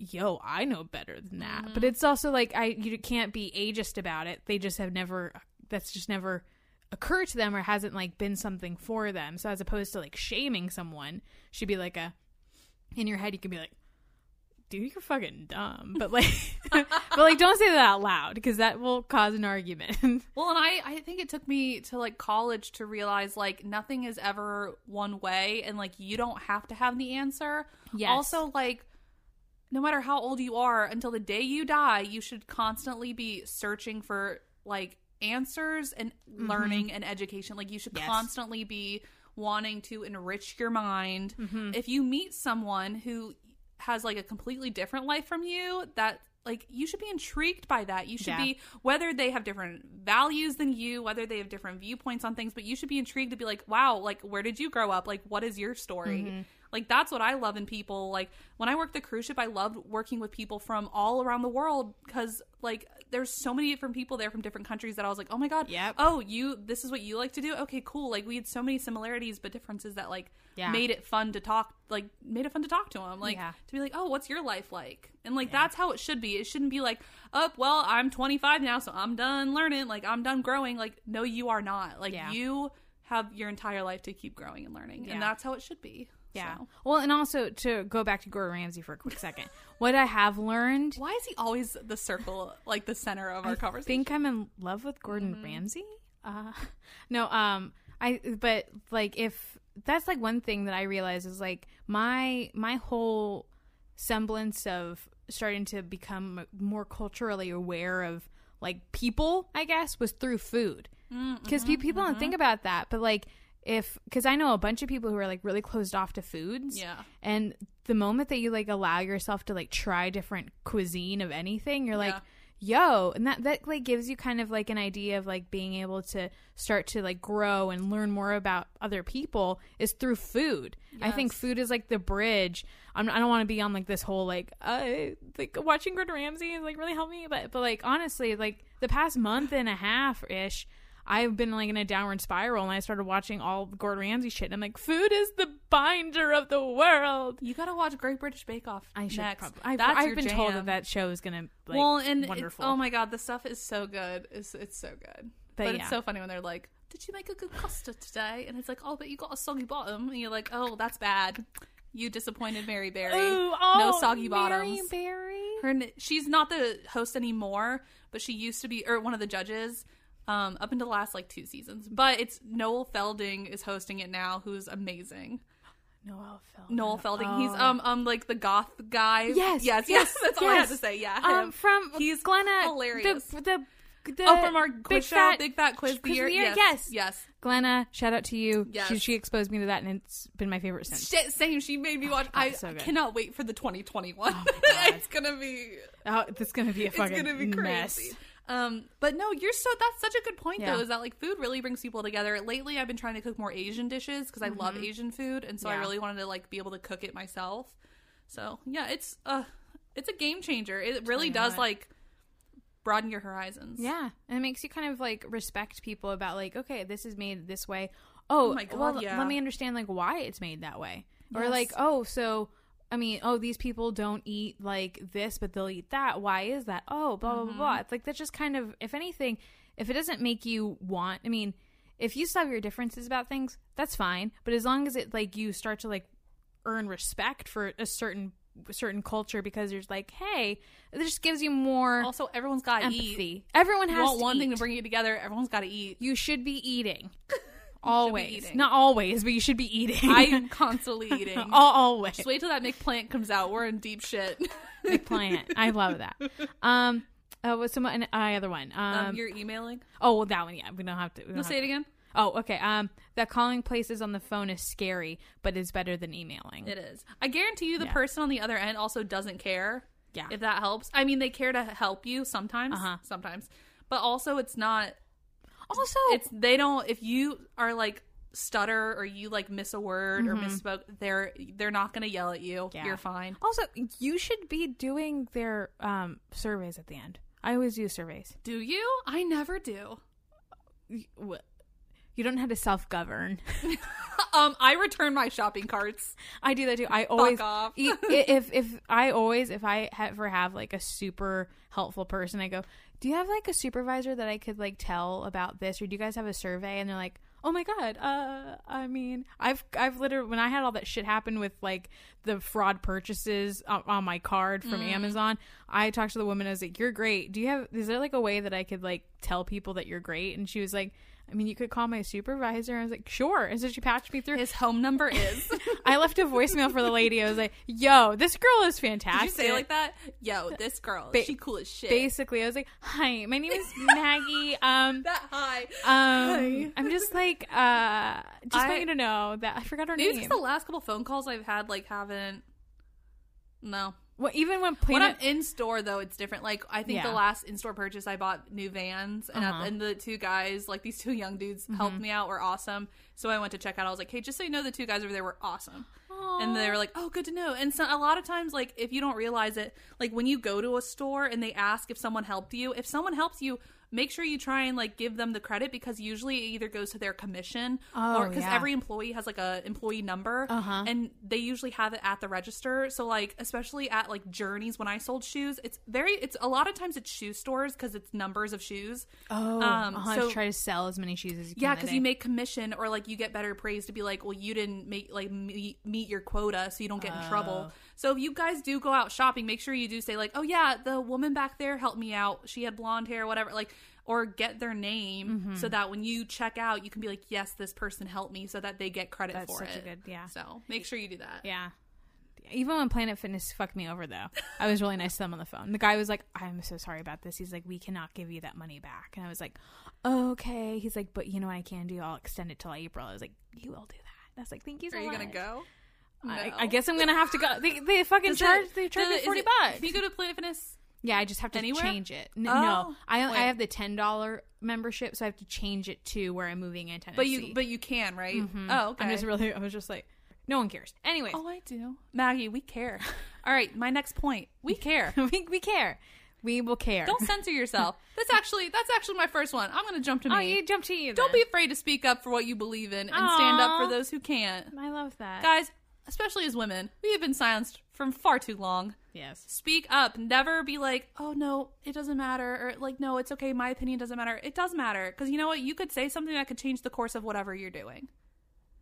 S1: Yo, I know better than that. But it's also like I you can't be ageist about it. They just have never that's just never occur to them or hasn't like been something for them. So as opposed to like shaming someone, should be like a in your head you can be like, dude, you're fucking dumb. But like but like don't say that out loud because that will cause an argument.
S2: Well, and I, I think it took me to like college to realize like nothing is ever one way and like you don't have to have the answer.
S1: Yes.
S2: Also, like, no matter how old you are, until the day you die, you should constantly be searching for like answers and learning and education. Like, you should
S1: Mm-hmm. Yes.
S2: constantly be wanting to enrich your mind.
S1: Mm-hmm.
S2: If you meet someone who has like a completely different life from you, that like you should be intrigued by that. You should
S1: Yeah.
S2: be whether they have different values than you, whether they have different viewpoints on things, but you should be intrigued to be like, wow, like where did you grow up? Like what is your story?
S1: Mm-hmm.
S2: Like that's what I love in people. Like when I worked the cruise ship, I loved working with people from all around the world because like there's so many different people there from different countries that I was like, oh my god,
S1: Yep.
S2: oh you, this is what you like to do. Okay, cool. Like we had so many similarities but differences that like
S1: Yeah.
S2: made it fun to talk. Like made it fun to talk to them. Like
S1: Yeah.
S2: to be like, oh, what's your life like? And like that's how it should be. It shouldn't be like, oh, well, I'm 25 now, so I'm done learning. Like I'm done growing. Like no, you are not. Like
S1: Yeah.
S2: you have your entire life to keep growing and learning,
S1: Yeah.
S2: and that's how it should be.
S1: Yeah.
S2: So.
S1: Well, and also to go back to Gordon Ramsay for a quick second. what I have learned
S2: Why is he always the circle, like the center of our
S1: I
S2: conversation? Mm-hmm.
S1: think I'm in love with Gordon Ramsay. Uh, no, um, I but like if that's like one thing that I realize is like my my whole semblance of starting to become more culturally aware of like people, I guess, was through food
S2: Mm,
S1: because
S2: mm-hmm,
S1: people don't think about that, but like if because I know a bunch of people who are like really closed off to foods,
S2: Yeah.
S1: and the moment that you like allow yourself to like try different cuisine of anything, you're like, yo, and that that like gives you kind of like an idea of like being able to start to like grow and learn more about other people is through food. I think food is like the bridge. I'm, I don't want to be on like this whole like uh like watching Gordon Ramsay is like really helped me, but but like honestly, like the past month and a half ish. I've been like in a downward spiral, and I started watching all Gordon Ramsay shit. And I'm like, food is the binder of the world.
S2: you gotta watch Great British Bake Off.
S1: I should.
S2: next.
S1: Probably, I've,
S2: that's
S1: I've
S2: your
S1: been told that
S2: jam.
S1: that show is gonna like
S2: well, and it's-
S1: wonderful.
S2: oh my god, the stuff is so good. It's it's so good. But,
S1: yeah.
S2: it's so funny when they're like, "Did you make a good custard today?" And it's like, "Oh, but you got a soggy bottom," and you're like, "Oh, that's bad. You disappointed Mary Berry.
S1: Ooh,
S2: no
S1: oh, Mary
S2: soggy bottoms."
S1: Berry.
S2: Her n- she's not the host anymore, but she used to be or one of the judges um, up until the last like two seasons. But it's Noel Felding is hosting it now, who's amazing.
S1: Noel Felding.
S2: Noel Felding, he's
S1: Oh.
S2: um um like the goth guy.
S1: Yes, yes,
S2: yes, yes. That's all I had
S1: yes.
S2: to say. Yeah,
S1: um
S2: him.
S1: from
S2: He's
S1: Glenna
S2: hilarious.
S1: The, the, the
S2: oh, from our quiz
S1: big
S2: show,
S1: fat,
S2: big fat quiz,
S1: quiz
S2: the year.
S1: of the year?
S2: Yes,
S1: Yes.
S2: yes.
S1: Glenna, shout out to you.
S2: Yes.
S1: She, she exposed me to that, and it's been my favorite since.
S2: Shit, same. She made me watch. I
S1: so good.
S2: cannot wait for the 2021. it's gonna be.
S1: Oh, this is gonna be a
S2: It's
S1: fucking
S2: gonna be crazy.
S1: mess.
S2: Um, but no, you're so. That's such a good point
S1: Yeah.
S2: though. Is that like food really brings people together? Lately, I've been trying to cook more Asian dishes because I love Asian food, and so I
S1: Yeah.
S2: really wanted to like be able to cook it myself. So yeah, it's uh, it's a game changer. It really does
S1: it.
S2: like broaden your horizons.
S1: Yeah, and it makes you kind of like respect people about like, okay, this is made this way. Oh,
S2: my God,
S1: well,
S2: yeah.
S1: let me understand like why it's made that way, or
S2: Yes.
S1: like, oh, so I mean, oh, these people don't eat like this, but they'll eat that. Why is that? Oh, blah blah blah blah.
S2: Mm-hmm.
S1: It's like that's just kind of, if anything, if it doesn't make you want, I mean, if you still have your differences about things, that's fine. But as long as it like you start to like earn respect for a certain certain culture because there's like, hey, it just gives you more
S2: Also, everyone's got to
S1: empathy.
S2: eat.
S1: Everyone
S2: You
S1: has
S2: want
S1: to
S2: one thing
S1: eat.
S2: to bring you together. Everyone's got to eat.
S1: you should be eating. Always,
S2: eating.
S1: not always, but you should be eating.
S2: I am constantly eating.
S1: Al- always.
S2: Just wait till that McPlant comes out. We're in deep shit.
S1: plant. I love that. Um, uh, what's some an, uh, other one? Um,
S2: Um, uh-huh. you're emailing.
S1: oh, well, that one. Yeah, we don't have to. We don't
S2: No,
S1: have
S2: say it
S1: to-
S2: again.
S1: Oh, okay. Um, that calling places on the phone is scary, but is better than emailing.
S2: It is. I guarantee you, the
S1: Yeah.
S2: person on the other end also doesn't care.
S1: Yeah.
S2: If that helps. I mean, they care to help you sometimes.
S1: Uh-huh.
S2: Sometimes, but also it's not.
S1: also,
S2: It's they don't. If you are like stutter or you like miss a word or misspoke, they're they're not gonna yell at you.
S1: Yeah.
S2: You're fine.
S1: also you should be doing their um surveys at the end. I always do surveys.
S2: Do you? I never do.
S1: You wh- you don't have to self govern.
S2: Um, I return my shopping carts.
S1: I do that too. I always
S2: off.
S1: e- i- if if I always if I ha- ever have like a super helpful person, I go, "Do you have like a supervisor that I could like tell about this, or do you guys have a survey?" And they're like, "Oh my god, uh, I mean, I've I've literally when I had all that shit happen with like the fraud purchases on, on my card from Amazon, I talked to the woman. I was like, "You're great. Do you have? Is there like a way that I could like tell people that you're great?" And she was like. I mean, you could call my supervisor. I was like, sure. And so she patched me through.
S2: His home number is.
S1: I left a voicemail for the lady. I was like, "Yo, this girl is fantastic."
S2: Did you say it like that? Yo, this girl,
S1: Ba-
S2: she cool as shit.
S1: Basically, I was like, "Hi, my name is Maggie. Um,
S2: that high.
S1: um, I'm just like, uh, just
S2: I-
S1: want you to know that I forgot her
S2: Maybe it's
S1: name.
S2: 'cause the last couple phone calls I've had like haven't. No.
S1: well, even when
S2: When I'm
S1: Planet,
S2: in store though, it's different. Like I think
S1: Yeah.
S2: the last in store purchase, I bought new Vans, and,
S1: Uh-huh. Mm-hmm.
S2: I, and the two guys, like these two young dudes, helped me out. Were awesome. So I went to check out. I was like, hey, just so you know, the two guys over there were awesome. and they were like, "Oh, good to know." And so a lot of times, like if you don't realize it, like when you go to a store and they ask if someone helped you, if someone helps you, make sure you try and like give them the credit because usually it either goes to their commission
S1: Oh,
S2: or because
S1: yeah.
S2: every employee has like a employee number
S1: Uh-huh.
S2: and they usually have it at the register. So like especially at like Journeys when I sold shoes, it's very it's a lot of times it's shoe stores because it's numbers of shoes.
S1: oh,
S2: um,
S1: uh-huh, just
S2: so-
S1: try to sell as many shoes as you can.
S2: Yeah,
S1: that
S2: because
S1: day.
S2: you make commission or like you get better praise to be like, well, you didn't make like meet, meet your quota, so you don't get
S1: Oh.
S2: in trouble. So if you guys do go out shopping, make sure you do say like, oh yeah, the woman back there helped me out. She had blonde hair, whatever. Like, or get their name
S1: Mm-hmm.
S2: so that when you check out, you can be like, yes, this person helped me, so that they get credit
S1: That's
S2: for
S1: such a
S2: it.
S1: good- yeah.
S2: So make sure you do that.
S1: yeah. Even when Planet Fitness fucked me over, though, I was really nice to them on the phone. The guy was like, "I'm so sorry about this." He's like, "We cannot give you that money back," and I was like, "Okay." He's like, "But you know what I can do? I'll extend it till April." I was like, "You will do that." I was like, "Thank you so
S2: Are you
S1: much."
S2: gonna go?
S1: I,
S2: No.
S1: I guess I'm gonna have to go. They, they fucking
S2: Does it-
S1: charge. they charge
S2: does it-
S1: me
S2: is
S1: forty
S2: it-
S1: bucks.
S2: Can you go to Planet Fitness?
S1: yeah, I just have to
S2: Anywhere?
S1: change it. N-
S2: Oh,
S1: no, I
S2: wait.
S1: I have the ten dollar membership, so I have to change it to where I'm moving in Tennessee.
S2: But you but you can right? Oh, okay.
S1: Mm-hmm. I'm just really. I was just like, no one cares. Anyways,
S2: Oh, I do. Maggie, we care. All right, my next point. We care.
S1: we we care. We will care.
S2: Don't censor yourself. That's actually that's actually my first one. I'm going to jump to me.
S1: Oh, you jumped to you.
S2: Don't be
S1: then.
S2: afraid to speak up for what you believe in and stand up
S1: Aw.
S2: for those who can't.
S1: I love that.
S2: Guys, especially as women, we have been silenced from far too long.
S1: Yes.
S2: Speak up. Never be like, "Oh no, it doesn't matter," or like, "No, it's okay. My opinion doesn't matter." It does matter because you know what? You could say something that could change the course of whatever you're doing.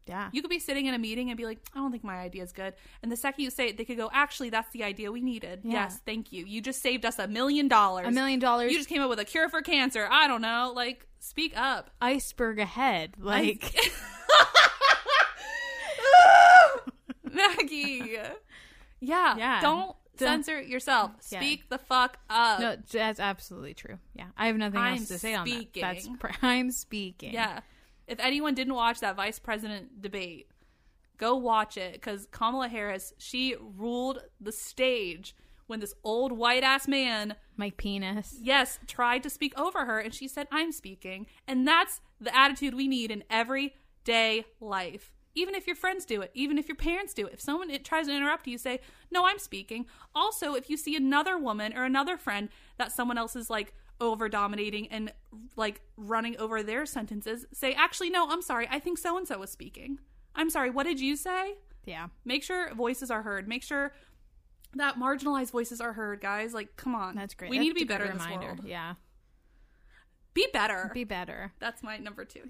S1: Yeah.
S2: You could be sitting in a meeting and be like, I don't think my idea is good. And the second you say it, they could go, actually, that's the idea we needed.
S1: Yeah.
S2: Yes, thank you. You just saved us a million dollars.
S1: a million dollars.
S2: You just came up with a cure for cancer. I don't know. Like, speak up.
S1: iceberg ahead. Like
S2: Maggie. Yeah.
S1: Yeah.
S2: Don't
S1: Don't-
S2: censor yourself.
S1: Yeah.
S2: Speak the fuck up.
S1: no, that's absolutely true. Yeah, I have nothing
S2: I'm
S1: else to say on that. That's
S2: speaking.
S1: pr- I'm speaking.
S2: Yeah. If anyone didn't watch that vice president debate, go watch it because Kamala Harris, she ruled the stage when this old white ass man,
S1: my penis.
S2: yes, tried to speak over her and she said, I'm speaking. And that's the attitude we need in everyday life. Even if your friends do it, even if your parents do it, if someone it tries to interrupt you, say, No, I'm speaking. Also, if you see another woman or another friend that someone else is like over dominating and like running over their sentences, say, Actually, no, I'm sorry. I think so and so was speaking. I'm sorry. What did you say?
S1: Yeah.
S2: Make sure voices are heard. Make sure that marginalized voices are heard, guys. Like, come on.
S1: That's great.
S2: We
S1: That's
S2: need to be
S1: a good
S2: better in this
S1: reminder.
S2: world.
S1: Yeah,
S2: Be better.
S1: be better.
S2: That's my number two.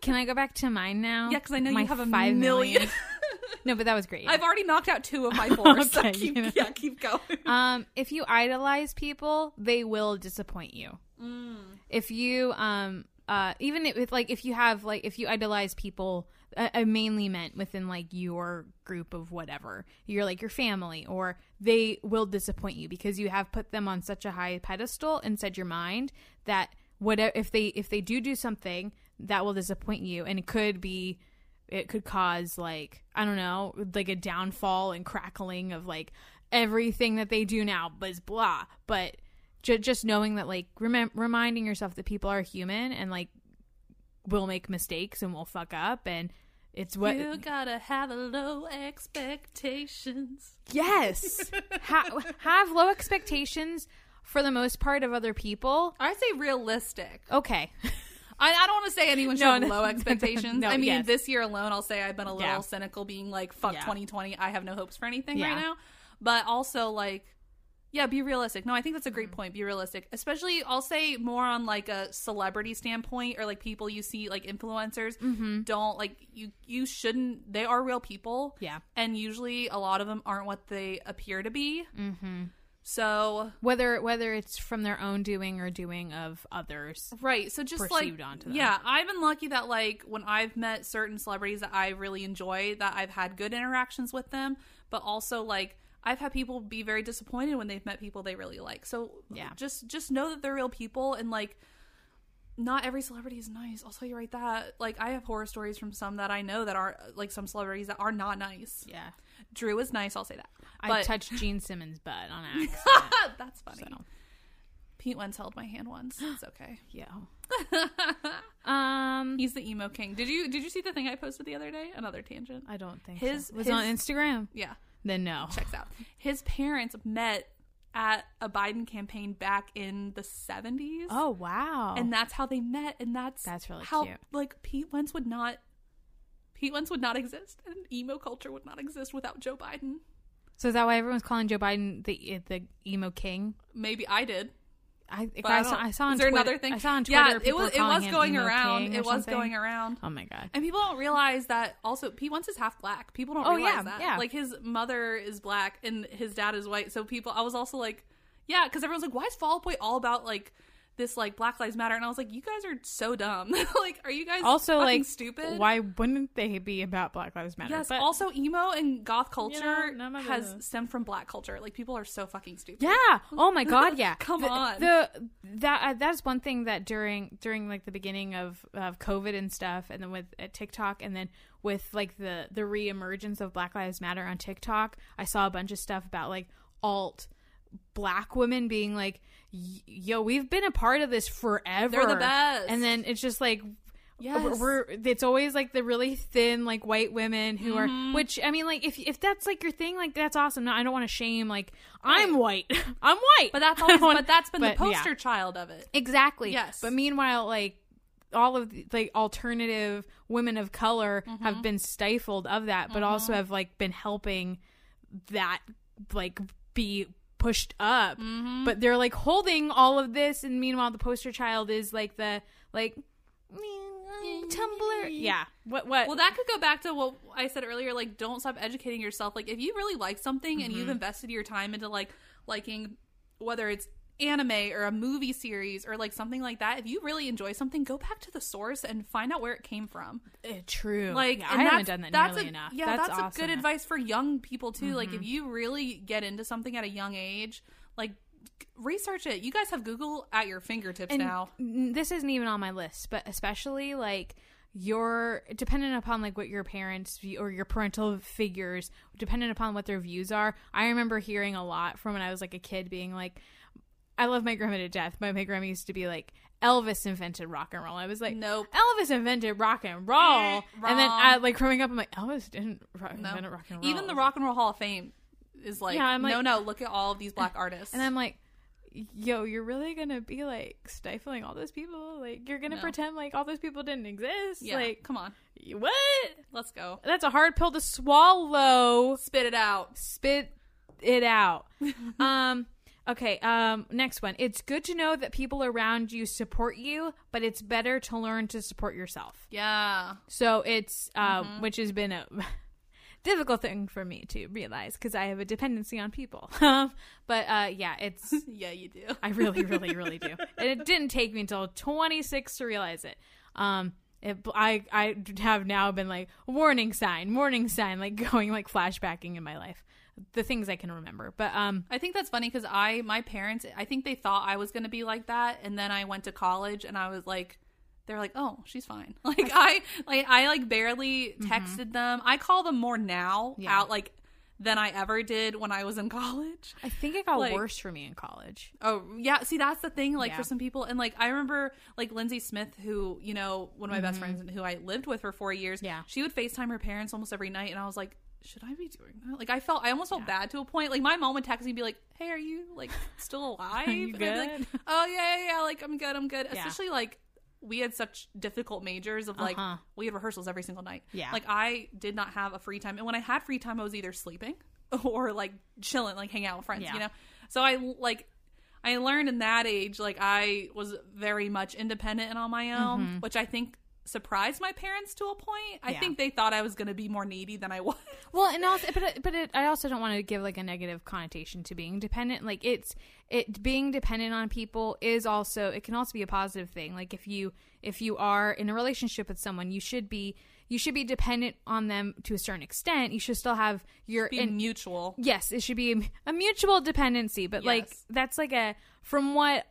S1: Can I go back to mine now?
S2: Yeah, because I know
S1: My
S2: you have a
S1: five
S2: million.
S1: No, but that was great.
S2: I've already knocked out two of my four. so
S1: Okay,
S2: keep,
S1: you know.
S2: yeah, keep going.
S1: um, if you idolize people, they will disappoint you. If you um uh even if like if you have like if you idolize people, I, I mainly meant within like your group of whatever, you're like your family, or they will disappoint you because you have put them on such a high pedestal inside your mind that whatever if they if they do do something that will disappoint you and it could be it could cause like i don't know like a downfall and crackling of like everything that they do now was blah but ju- just knowing that like remem- reminding yourself that people are human and like will make mistakes and will fuck up and it's what
S2: You gotta have a low expectations.
S1: yes ha- have low expectations for the most part of other people
S2: I say realistic.
S1: okay
S2: I, I don't want to say anyone should
S1: No,
S2: have
S1: no,
S2: low
S1: no,
S2: expectations.
S1: no,
S2: I mean,
S1: yes.
S2: this year alone, I'll say I've been a little
S1: Yeah.
S2: cynical, being like, "Fuck
S1: Yeah.
S2: 2020, I have no hopes for anything
S1: Yeah.
S2: right now." But also, like, yeah, be realistic. No, I think that's a great
S1: Mm-hmm.
S2: point. Be realistic, especially I'll say more on like a celebrity standpoint or like people you see, like influencers.
S1: Mm-hmm.
S2: Don't like you. You shouldn't. They are real people.
S1: Yeah.
S2: and usually a lot of them aren't what they appear to be. Mm-hmm. So
S1: whether whether it's from their own doing or doing of others
S2: Right. So just
S1: perceived
S2: like
S1: onto them.
S2: yeah, I've been lucky that like when I've met certain celebrities that I really enjoy, that I've had good interactions with them, but also like I've had people be very disappointed when they've met people they really like. So
S1: Yeah.
S2: just just know that they're real people and like not every celebrity is nice. I'll tell you right that. Like I have horror stories from some that I know that are like some celebrities that are not nice.
S1: yeah
S2: Drew is nice. I'll say that.
S1: i
S2: But-
S1: touched gene simmons butt on accident
S2: That's funny.
S1: So.
S2: Pete once held my hand once. It's okay.
S1: Yeah. um,
S2: He's the emo king. Did you did you see the thing I posted the other day? Another tangent.
S1: I don't think
S2: His-
S1: his was
S2: his-
S1: on Instagram.
S2: Yeah,
S1: Then no.
S2: checks out. His parents met at a Biden campaign back in the seventies.
S1: Oh wow.
S2: and that's how they met, and that's
S1: That's really
S2: how
S1: cute.
S2: like Pete Wentz would not. Pete Wentz would not exist, and emo culture would not exist without Joe Biden.
S1: so is that why everyone's calling Joe Biden the eh, the emo king?
S2: Maybe I did.
S1: I if
S2: But
S1: I,
S2: I
S1: saw
S2: don't-
S1: I saw on
S2: is there
S1: Twitter,
S2: another thing?
S1: I saw on Twitter.
S2: Yeah, it
S1: people
S2: was
S1: were
S2: it
S1: calling
S2: was
S1: him
S2: going
S1: emo
S2: around.
S1: king or
S2: It was
S1: something.
S2: going around.
S1: Oh my god.
S2: And people don't realize that also Pete Wentz is half black. People don't
S1: Oh,
S2: realize
S1: yeah,
S2: that.
S1: yeah.
S2: Like his mother is black and his dad is white. So people I was also like, yeah, cuz everyone's like why is Fall Out Boy all about like this like Black Lives Matter and I was like you guys are so dumb. like are you guys
S1: Also,
S2: fucking
S1: like,
S2: stupid?
S1: Why wouldn't they be about Black Lives Matter?
S2: Yes,
S1: But-
S2: also emo and goth culture
S1: none of
S2: has
S1: this.
S2: stemmed from black culture. Like people are so fucking stupid.
S1: Yeah. Oh my God. Yeah.
S2: Come
S1: the,
S2: on.
S1: The that uh, that's one thing that during during like the beginning of of COVID and stuff, and then with uh, TikTok, and then with like the the reemergence of Black Lives Matter on TikTok, I saw a bunch of stuff about like alt black women being like, "Y- "Yo, we've been a part of this forever.
S2: They're the best.
S1: And then it's just like.
S2: Yes.
S1: We're, we're- it's always like the really thin like white women who
S2: Mm-hmm.
S1: are which I mean like if if that's like your thing like that's awesome. No, I don't want to shame like I'm white. I'm white.
S2: But that's
S1: I
S2: always,
S1: don't-
S2: but that's been
S1: but,
S2: the
S1: yeah.
S2: poster child of it.
S1: Exactly.
S2: Yes.
S1: But meanwhile, like all of the, like alternative women of color
S2: Mm-hmm.
S1: have been stifled of that, but also have like been helping that like be pushed up.
S2: Mm-hmm.
S1: But they're like holding all of this, and meanwhile, the poster child is like the like Tumblr. Yeah. What? What?
S2: Well, that could go back to what I said earlier. Like, don't stop educating yourself. Like, if you really like something and
S1: Mm-hmm.
S2: you've invested your time into like liking whether it's anime or a movie series or like something like that, if you really enjoy something, go back to the source and find out where it came from.
S1: Eh, true.
S2: Like,
S1: Yeah,
S2: and
S1: I haven't
S2: that's-
S1: done that
S2: that's
S1: nearly
S2: a-
S1: enough.
S2: Yeah, that's, a
S1: awesome. Mm-hmm.
S2: good advice for young people too. Like, if you really get into something at a young age, like research it. You guys have Google at your fingertips now.
S1: n- this isn't even on my list, but especially like your dependent upon like what your parents view- or your parental figures dependent upon what their views are. I remember hearing a lot from when I was like a kid being like I love my grandma to death, but my grandma used to be like Elvis invented rock and roll. I was like,
S2: Nope.
S1: Elvis invented rock and roll. And then
S2: wrong.
S1: I like growing up I'm like Elvis didn't rock, invent rock and roll.
S2: Even the Rock and Roll Hall of Fame is like,
S1: Yeah, I'm like-
S2: no, no, look at all of these black artists.
S1: And I'm like, yo, you're really gonna be like stifling all those people? Like you're gonna
S2: No.
S1: pretend like all those people didn't exist?
S2: Yeah,
S1: Like
S2: come on,
S1: what?
S2: let's go.
S1: That's a hard pill to swallow.
S2: Spit it out.
S1: Spit it out. um okay, um next one. It's good to know that people around you support you, but it's better to learn to support yourself.
S2: Yeah,
S1: um, So it's uh, which has been a difficult thing for me to realize because I have a dependency on people. Um, but uh, yeah, it's
S2: yeah, you do.
S1: I really, really, really do. And it didn't take me until 26 to realize it. Um, it, I, I have now been like warning sign, warning sign, like going like flashbacking in my life, the things I can remember. But um,
S2: I think that's funny because I, my parents, I think they thought I was going to be like that, and then I went to college and I was like, they're like, oh, she's fine. Like I, like I, like barely texted them. I call them more now
S1: Mm-hmm. Yeah.
S2: out like than I ever did when I was in college.
S1: I think it got
S2: Like-
S1: worse for me in college.
S2: Oh yeah, see that's the thing. Like
S1: Yeah.
S2: for some people, and like I remember like Lindsay Smith, who you know one of my best friends and who I lived with for four years.
S1: Mm-hmm. Yeah.
S2: she would Facetime her parents almost every night, and I was like, should I be doing that? Like I felt I almost felt bad to a point. Like my mom would text me and be like, Hey, are you like still alive?
S1: you
S2: And I'd be
S1: good?
S2: like, Oh yeah, yeah, yeah. Like I'm good, I'm good.
S1: Yeah.
S2: Especially like we had such difficult majors of like
S1: Uh-huh.
S2: we had rehearsals every single night.
S1: Yeah.
S2: like I did not have a free time, and when I had free time, I was either sleeping or like chilling, like hanging out with friends.
S1: Yeah.
S2: You know, so I like I learned in that age, like I was very much independent and on my own, which I think surprised my parents to a point. I
S1: Mm-hmm. Yeah.
S2: think they thought I was going to be more needy than I was.
S1: Well, and also, but it, but it, I also don't want to give like a negative connotation to being dependent. Like it's it being dependent on people is also it can also be a positive thing. Like if you if you are in a relationship with someone, you should be you should be dependent on them to a certain extent. You should still have your
S2: Be
S1: and-
S2: mutual.
S1: Yes, it should be a- a mutual dependency, but like
S2: Yes.
S1: that's like a from what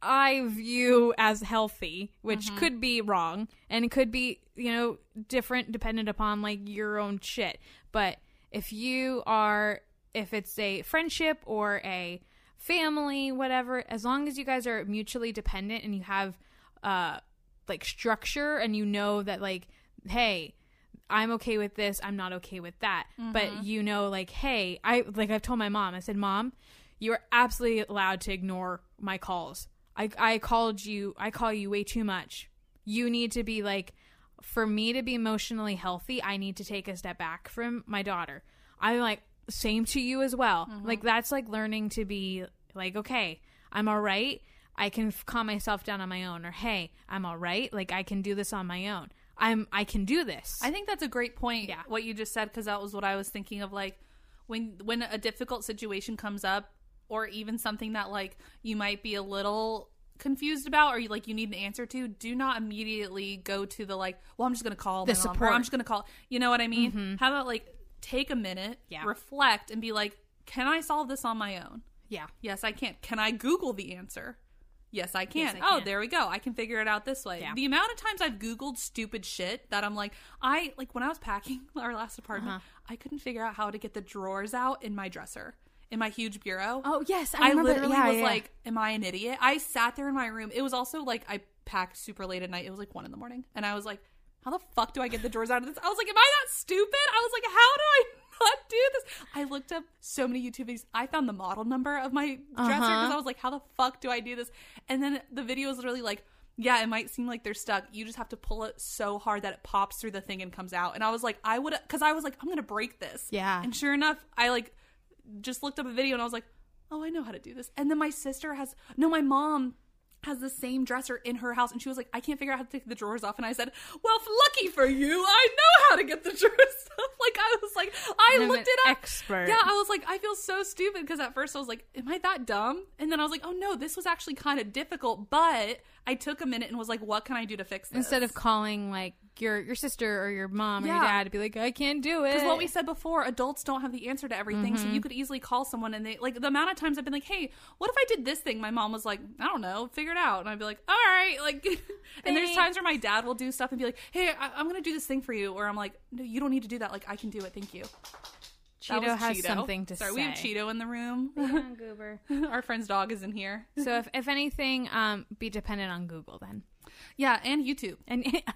S1: I view as healthy, which could be wrong and it could be, you know, different dependent upon like your own shit. But if you are if it's a friendship or a family, whatever, as long as you guys are mutually dependent and you have uh like structure and you know that like hey, I'm okay with this, I'm not okay with that. But you know, like, hey, I like I've told my mom, I said, Mom, you are absolutely allowed to ignore my calls. I I called you I call you way too much. You need to be like for me to be emotionally healthy, I need to take a step back from my daughter. I'm like, same to you as well. Like that's like learning to be like, okay, I'm all right. I can f- calm myself down on my own, or hey, I'm all right. Like I can do this on my own. I'm I can do this.
S2: I think that's a great point.
S1: Yeah.
S2: What you just said, because that was what I was thinking of. Like when when a difficult situation comes up, or even something that like you might be a little confused about, or you like you need an answer to, do not immediately go to the like. Well, I'm just gonna call
S1: The
S2: my mom, or
S1: support. Mm-hmm.
S2: I'm just gonna call. You know what I mean? How about like take a minute,
S1: Yeah.
S2: reflect, and be like, can I solve this on my own?
S1: yeah.
S2: Yes, I can. Can I Google the answer? Yes, I can.
S1: I
S2: oh,
S1: can.
S2: there we go. I can figure it out this way.
S1: Yeah.
S2: The amount of times I've Googled stupid shit that I'm like, I like when I was packing our last apartment,
S1: Uh-huh.
S2: I couldn't figure out how to get the drawers out in my dresser, in my huge bureau.
S1: Oh yes, I,
S2: I,
S1: remember.
S2: literally
S1: yeah,
S2: was
S1: yeah.
S2: like, "Am I an idiot?" I sat there in my room. It was also like I packed super late at night. It was like one in the morning, and I was like, "How the fuck do I get the drawers out of this?" I was like, "Am I that stupid?" I was like, "How do I not do this?" I looked up so many YouTube videos. I found the model number of my dresser because
S1: Uh-huh.
S2: I was like, "How the fuck do I do this?" And then the video is literally like. Yeah, it might seem like they're stuck. You just have to pull it so hard that it pops through the thing and comes out. And I was like, I would, because I was like, I'm gonna break this.
S1: Yeah.
S2: And sure enough, I like just looked up a video and I was like, oh, I know how to do this. And then my sister has, no, my mom has the same dresser in her house. And she was like, I can't figure out how to take the drawers off. And I said, well, f- lucky for you, I know how to get the drawers off. Like, I was like, I
S1: I'm
S2: looked
S1: an
S2: it up.
S1: expert.
S2: Yeah, I was like, I feel so stupid because at first I was like, am I that dumb? And then I was like, oh no, this was actually kind of difficult, but I took a minute and was like, what can I do to fix this?
S1: Instead of calling like your your sister or your mom or your
S2: Yeah.
S1: dad to be like, I can't do it.
S2: Because what we said before, adults don't have the answer to everything. So
S1: Mm-hmm.
S2: you could easily call someone and they like the amount of times I've been like, "Hey, what if I did this thing?" My mom was like, "I don't know, figure it out." And I'd be like, "All right." Like, and there's times where my dad will do stuff and be like, "Hey, I- I'm gonna do this thing for you," or I'm like, "No, you don't need to do that. Like, I can do it. Thank you." That
S1: Cheeto
S2: was
S1: has something to
S2: Sorry,
S1: say.
S2: we have Cheeto in the room.
S1: Goober.
S2: Our friend's dog is in here.
S1: so if if anything, um, be dependent on Google then.
S2: Yeah, and YouTube.
S1: And yeah, I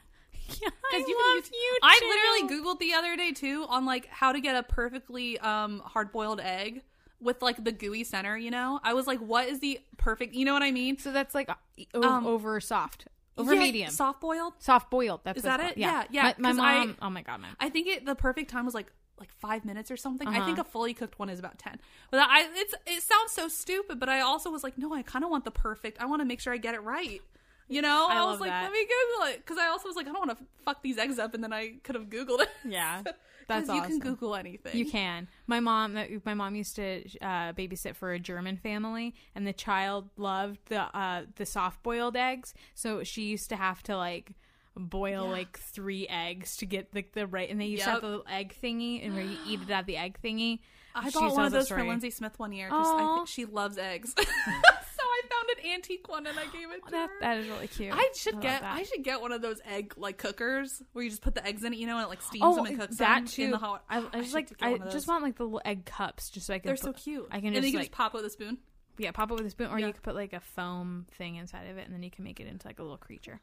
S2: Because you can
S1: love
S2: use-
S1: you.
S2: I literally googled the other day too on like how to get a perfectly um hard boiled egg with like the gooey center. You know, I was like, what is the perfect? You know what I mean?
S1: So that's like o-
S2: Um,
S1: over soft, over
S2: Yeah,
S1: medium, soft,
S2: soft boiled.
S1: boiled. That's
S2: Is
S1: what it's
S2: that
S1: called.
S2: it? Yeah, yeah,
S1: My,
S2: 'cause
S1: my
S2: I-
S1: mom. oh my god, my
S2: I think it the perfect time was like like five minutes or something. I
S1: Uh-huh.
S2: think a fully cooked one is about ten. But I it's it sounds so stupid, but I also was like, no, I kind of want the perfect. I want to make sure I get it right. You know,
S1: I
S2: I,
S1: love
S2: was like,
S1: that.
S2: let me Google it because I also was like, I don't want to fuck these eggs up, and then I could have Googled it.
S1: yeah. That's
S2: you
S1: awesome.
S2: can Google anything.
S1: You can. My mom, my mom used to uh, babysit for a German family, and the child loved the uh, the soft boiled eggs. So she used to have to like boil like three eggs to get the, the right. And they used to have
S2: Yep.
S1: the little egg thingy, and where you eat it out of the egg thingy.
S2: I
S1: She
S2: bought one
S1: tells
S2: of
S1: the
S2: those for
S1: story.
S2: Lindsay Smith one year. Just, I
S1: Aw.
S2: think she loves eggs, so I found an antique one and I gave it to
S1: That
S2: her.
S1: that is really cute.
S2: I should
S1: love
S2: get
S1: that.
S2: I should get one of those egg like cookers where you just put the eggs in it, you know, and it like steams
S1: Oh,
S2: them and cooks
S1: that
S2: them
S1: too.
S2: in the hot.
S1: I, I just
S2: should
S1: like.
S2: get
S1: I
S2: one of
S1: just
S2: those.
S1: want like the little egg cups, just so I can.
S2: They're so
S1: put-
S2: cute.
S1: I
S2: and
S1: can
S2: then
S1: just
S2: you can
S1: like
S2: just pop it with a spoon.
S1: Yeah, pop it with a spoon, or
S2: Yeah.
S1: you could put like a foam thing inside of it, and then you can make it into like a little creature.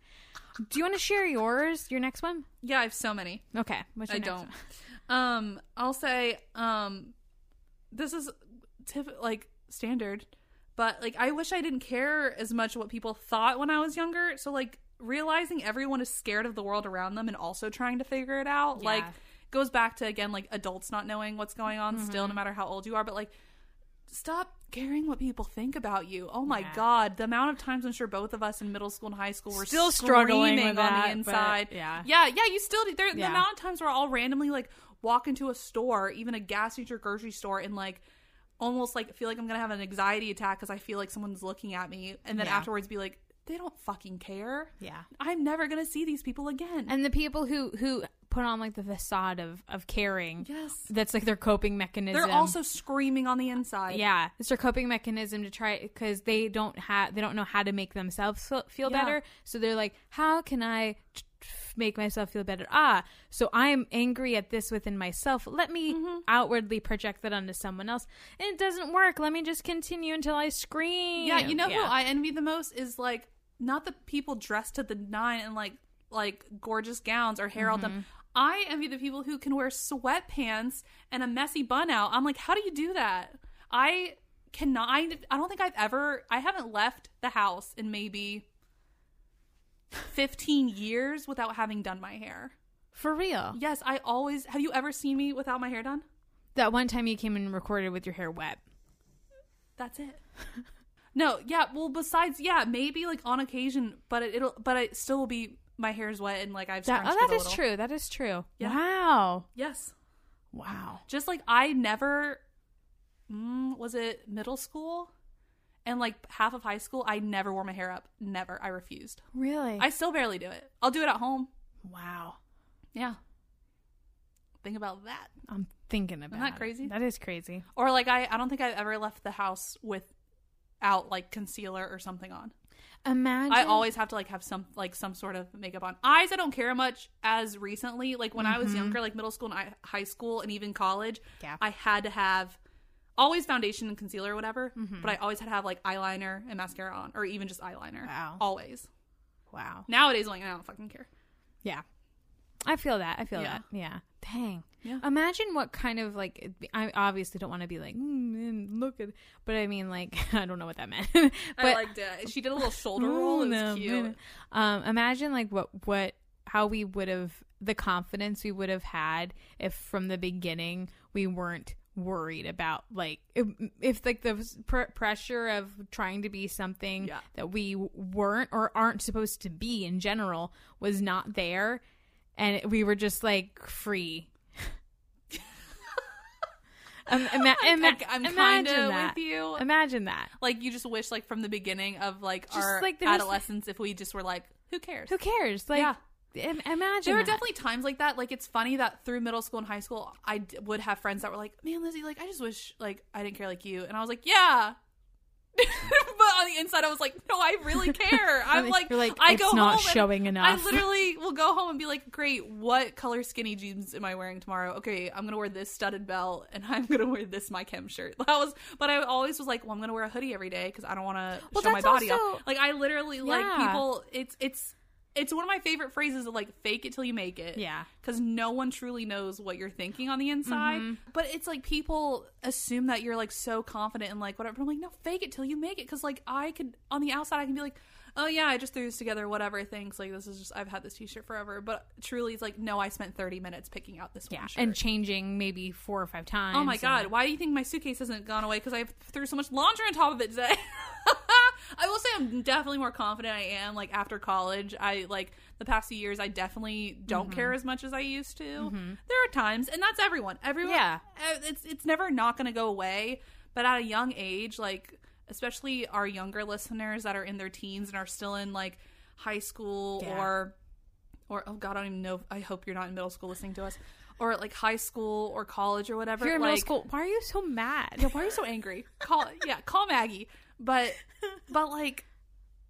S1: Do you want to share yours? Your next one?
S2: Yeah, I have so many.
S1: Okay, what's your
S2: I
S1: next
S2: don't.
S1: one?
S2: Um, I'll say um, this is typ- like standard, but like I wish I didn't care as much what people thought when I was younger. So like realizing everyone is scared of the world around them and also trying to figure it out, like
S1: Yeah.
S2: goes back to again like adults not knowing what's going on still,
S1: Mm-hmm.
S2: no matter how old you are. But like stop caring what people think about you. Oh my
S1: Yeah.
S2: god, the amount of times I'm sure both of us in middle school and high school were
S1: Still struggling
S2: struggling
S1: with
S2: on
S1: that,
S2: the
S1: but
S2: inside.
S1: yeah.
S2: yeah, yeah. You still do- there.
S1: Yeah.
S2: The amount of times where I'll randomly like walk into a store, even a gas station or grocery store, and like almost like feel like I'm gonna have an anxiety attack because I feel like someone's looking at me, and then
S1: Yeah.
S2: afterwards be like, they don't fucking care.
S1: Yeah.
S2: I'm never gonna see these people again.
S1: And the people who who put on like the facade of of caring,
S2: yes,
S1: that's like their coping mechanism.
S2: they're also screaming on the inside.
S1: yeah, it's their coping mechanism to try because they don't have they don't know how to make themselves feel, feel
S2: Yeah.
S1: better. So they're like, how can I t- t- make myself feel better? Ah, so I'm angry at this within myself. Let me
S2: Mm-hmm.
S1: outwardly project that onto someone else, and it doesn't work. Let me just continue until I scream.
S2: Yeah, you know who I envy the most is like not the people dressed to the nine in like like gorgeous gowns or hair all done. I envy the people who can wear sweatpants and a messy bun out. I'm like, how do you do that? I cannot. I, I don't think I've ever. I haven't left the house in maybe fifteen years without having done my hair.
S1: for real.
S2: Yes, I always. Have you ever seen me without my hair done?
S1: That one time you came and recorded with your hair wet.
S2: That's it. no, yeah. Well, besides, yeah, maybe like on occasion, but it, it'll, but it still will be my hair's wet and like I've.
S1: That,
S2: scrunched
S1: oh,
S2: it
S1: that
S2: a
S1: is
S2: little.
S1: true. That is true.
S2: Yeah.
S1: Wow.
S2: Yes,
S1: Wow.
S2: just like I never. Mm, was it middle school, and like half of high school? I never wore my hair up. Never. I refused.
S1: Really?
S2: I still barely do it. I'll do it at home.
S1: wow.
S2: Yeah. Think about that.
S1: I'm thinking about
S2: that
S1: it.
S2: crazy?
S1: That is crazy.
S2: Or like I, I don't think I've ever left the house without like concealer or something on.
S1: Imagine.
S2: I always have to like have some like some sort of makeup on. Eyes I don't care much as recently. Like when I was younger, like middle school and I- high school and even college,
S1: Mm-hmm. Yeah.
S2: I had to have always foundation and concealer or whatever,
S1: Mm-hmm.
S2: but I always had to have like eyeliner and mascara on or even just eyeliner.
S1: Wow.
S2: Always.
S1: Wow.
S2: Nowadays like I don't fucking care.
S1: Yeah. I feel that. I feel
S2: Yeah.
S1: that. Yeah. Dang.
S2: Yeah.
S1: Imagine what kind of like it'd be- I obviously don't want to be like mm, mm, look at but I mean like I don't know what that meant. but
S2: I liked it. She did a little shoulder roll. It was
S1: no,
S2: cute.
S1: no. Um imagine like what what how we would have the confidence we would have had if from the beginning we weren't worried about like if, if like the pr- pressure of trying to be something
S2: Yeah.
S1: that we weren't or aren't supposed to be in general was not there and it- we were just like free um, ima- ima-
S2: I- I'm
S1: imagine
S2: kinda with
S1: that.
S2: you.
S1: imagine that
S2: Like you just wish like from the beginning of like
S1: Just,
S2: our
S1: like, there was-
S2: adolescence if we just were like, who cares?
S1: who cares like
S2: Yeah.
S1: im- imagine
S2: There were
S1: that.
S2: definitely times like that. Like it's funny that through middle school and high school, I d- would have friends that were like, "Man, Lizzie, like I just wish like I didn't care like you," and I was like, "Yeah." but on the inside, I was like, "No, I really care." I'm
S1: You're
S2: like,
S1: like,
S2: I
S1: "It's
S2: go
S1: not
S2: home
S1: showing
S2: and
S1: enough.
S2: I literally will go home and be like, "Great, what color skinny jeans am I wearing tomorrow?" Okay, I'm gonna wear this studded belt, and I'm gonna wear this my chem shirt. That was, but I always was like, "Well, I'm gonna wear a hoodie every day because I don't want to
S1: Well,
S2: show my
S1: that's
S2: body
S1: also-
S2: off." Like I literally like
S1: Yeah.
S2: people. It's it's it's one of my favorite phrases of like fake it till you make it.
S1: Yeah.
S2: Because no one truly knows what you're thinking on the inside.
S1: Mm-hmm.
S2: But it's like people assume that you're like so confident and like whatever. But I'm like, no, fake it till you make it. Because like I could, on the outside, I can be like, oh yeah, I just threw this together, whatever. Thanks. Like this is just, I've had this t shirt forever. But truly, it's like, no, I spent 30 minutes picking out this
S1: yeah
S2: one shirt.
S1: and changing maybe four or five times
S2: Oh my
S1: and-
S2: god, why do you think my suitcase hasn't gone away? Because I threw so much laundry on top of it today. I will say I'm definitely more confident I am. Like after college, I like the past few years, I definitely don't
S1: Mm-hmm.
S2: care as much as I used to. There are times, and that's everyone. Everyone,
S1: Yeah.
S2: eh, It's it's never not going to go away. But at a young age, like especially our younger listeners that are in their teens and are still in like high school
S1: Yeah.
S2: or or oh god, I don't even know. I hope you're not in middle school listening to us, or like high school or college or whatever.
S1: If you're in middle
S2: like-
S1: school, why are you so
S2: yeah,
S1: mad?
S2: why are you so angry? Call yeah, call Maggie. But but like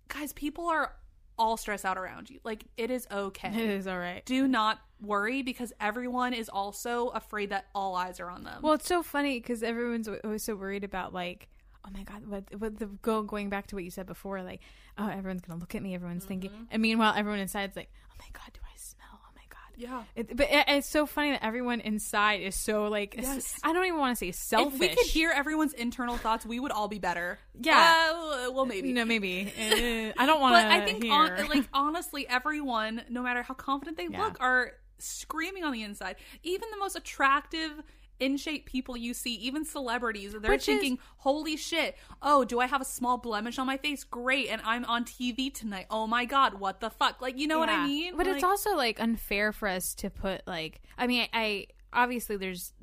S2: guys, people are all stressed out around you. Like it is
S1: it
S2: okay.
S1: is all right.
S2: Do not worry because everyone is also afraid that all eyes are on them.
S1: Well, it's so funny because everyone's w- always so worried about like, oh my god, what, what the go going back to what you said before, like, oh everyone's gonna look at me, everyone's thinking, and meanwhile everyone inside's like, oh my god, do I smell? Oh my god.
S2: yeah.
S1: It, but it, it's so funny that everyone inside is so like s-
S2: Yes.
S1: I don't even want to say selfish.
S2: If we could hear everyone's internal thoughts, we would all be better.
S1: Yeah.
S2: Uh, well, maybe.
S1: no, maybe Uh, I don't want
S2: but
S1: to.
S2: I think,
S1: hear.
S2: on, like, honestly, everyone, no matter how confident they
S1: Yeah.
S2: look, are screaming on the inside. Even the most attractive, in shape people you see, even celebrities, they're
S1: Which is-
S2: thinking, holy shit, oh, do I have a small blemish on my face? Great. And I'm on TV tonight. Oh my God, what the fuck? Like, you know what I
S1: Yeah.
S2: mean?
S1: But it's
S2: Like,
S1: also like unfair for us to put like I mean I, I obviously there's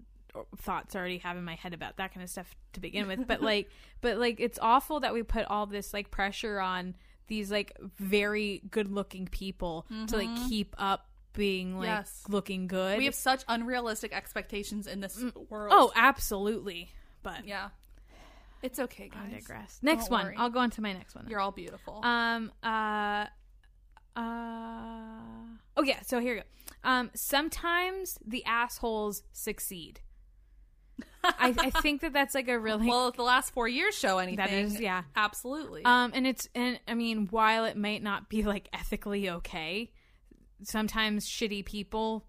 S1: thoughts I already have in my head about that kind of stuff to begin with, but like but like it's awful that we put all this like pressure on these like very good looking people to like keep up being like
S2: Mm-hmm. Yes.
S1: looking good.
S2: We have such unrealistic expectations in this world.
S1: oh, absolutely. But
S2: yeah. It's okay,
S1: I
S2: guys.
S1: digress. Next
S2: Don't
S1: one.
S2: worry.
S1: I'll go on to my next one. then.
S2: You're all beautiful.
S1: Um. Uh. Uh. Oh yeah. So here we go. Um. Sometimes the assholes succeed. I, I think that that's like a really
S2: Well, if the last four years show anything,
S1: is- yeah.
S2: absolutely.
S1: um. And it's and I mean while it might not be like ethically okay, sometimes shitty people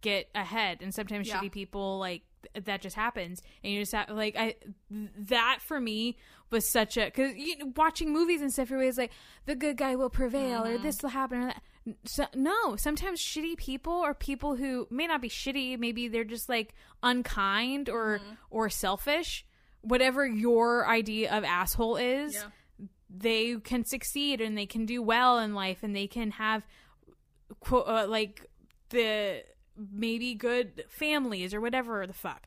S1: get ahead, and sometimes
S2: Yeah.
S1: shitty people like th- that just happens, and you just have like I th- that for me was such a because you know, watching movies and stuff, you're always like the good guy will prevail,
S2: Mm-hmm.
S1: or this will happen, or that. So, no, sometimes shitty people or people who may not be shitty, maybe they're just like unkind or
S2: Mm-hmm.
S1: or selfish. Whatever your idea of asshole is,
S2: Yeah.
S1: they can succeed and they can do well in life and they can have quote uh, like the maybe good families or whatever the fuck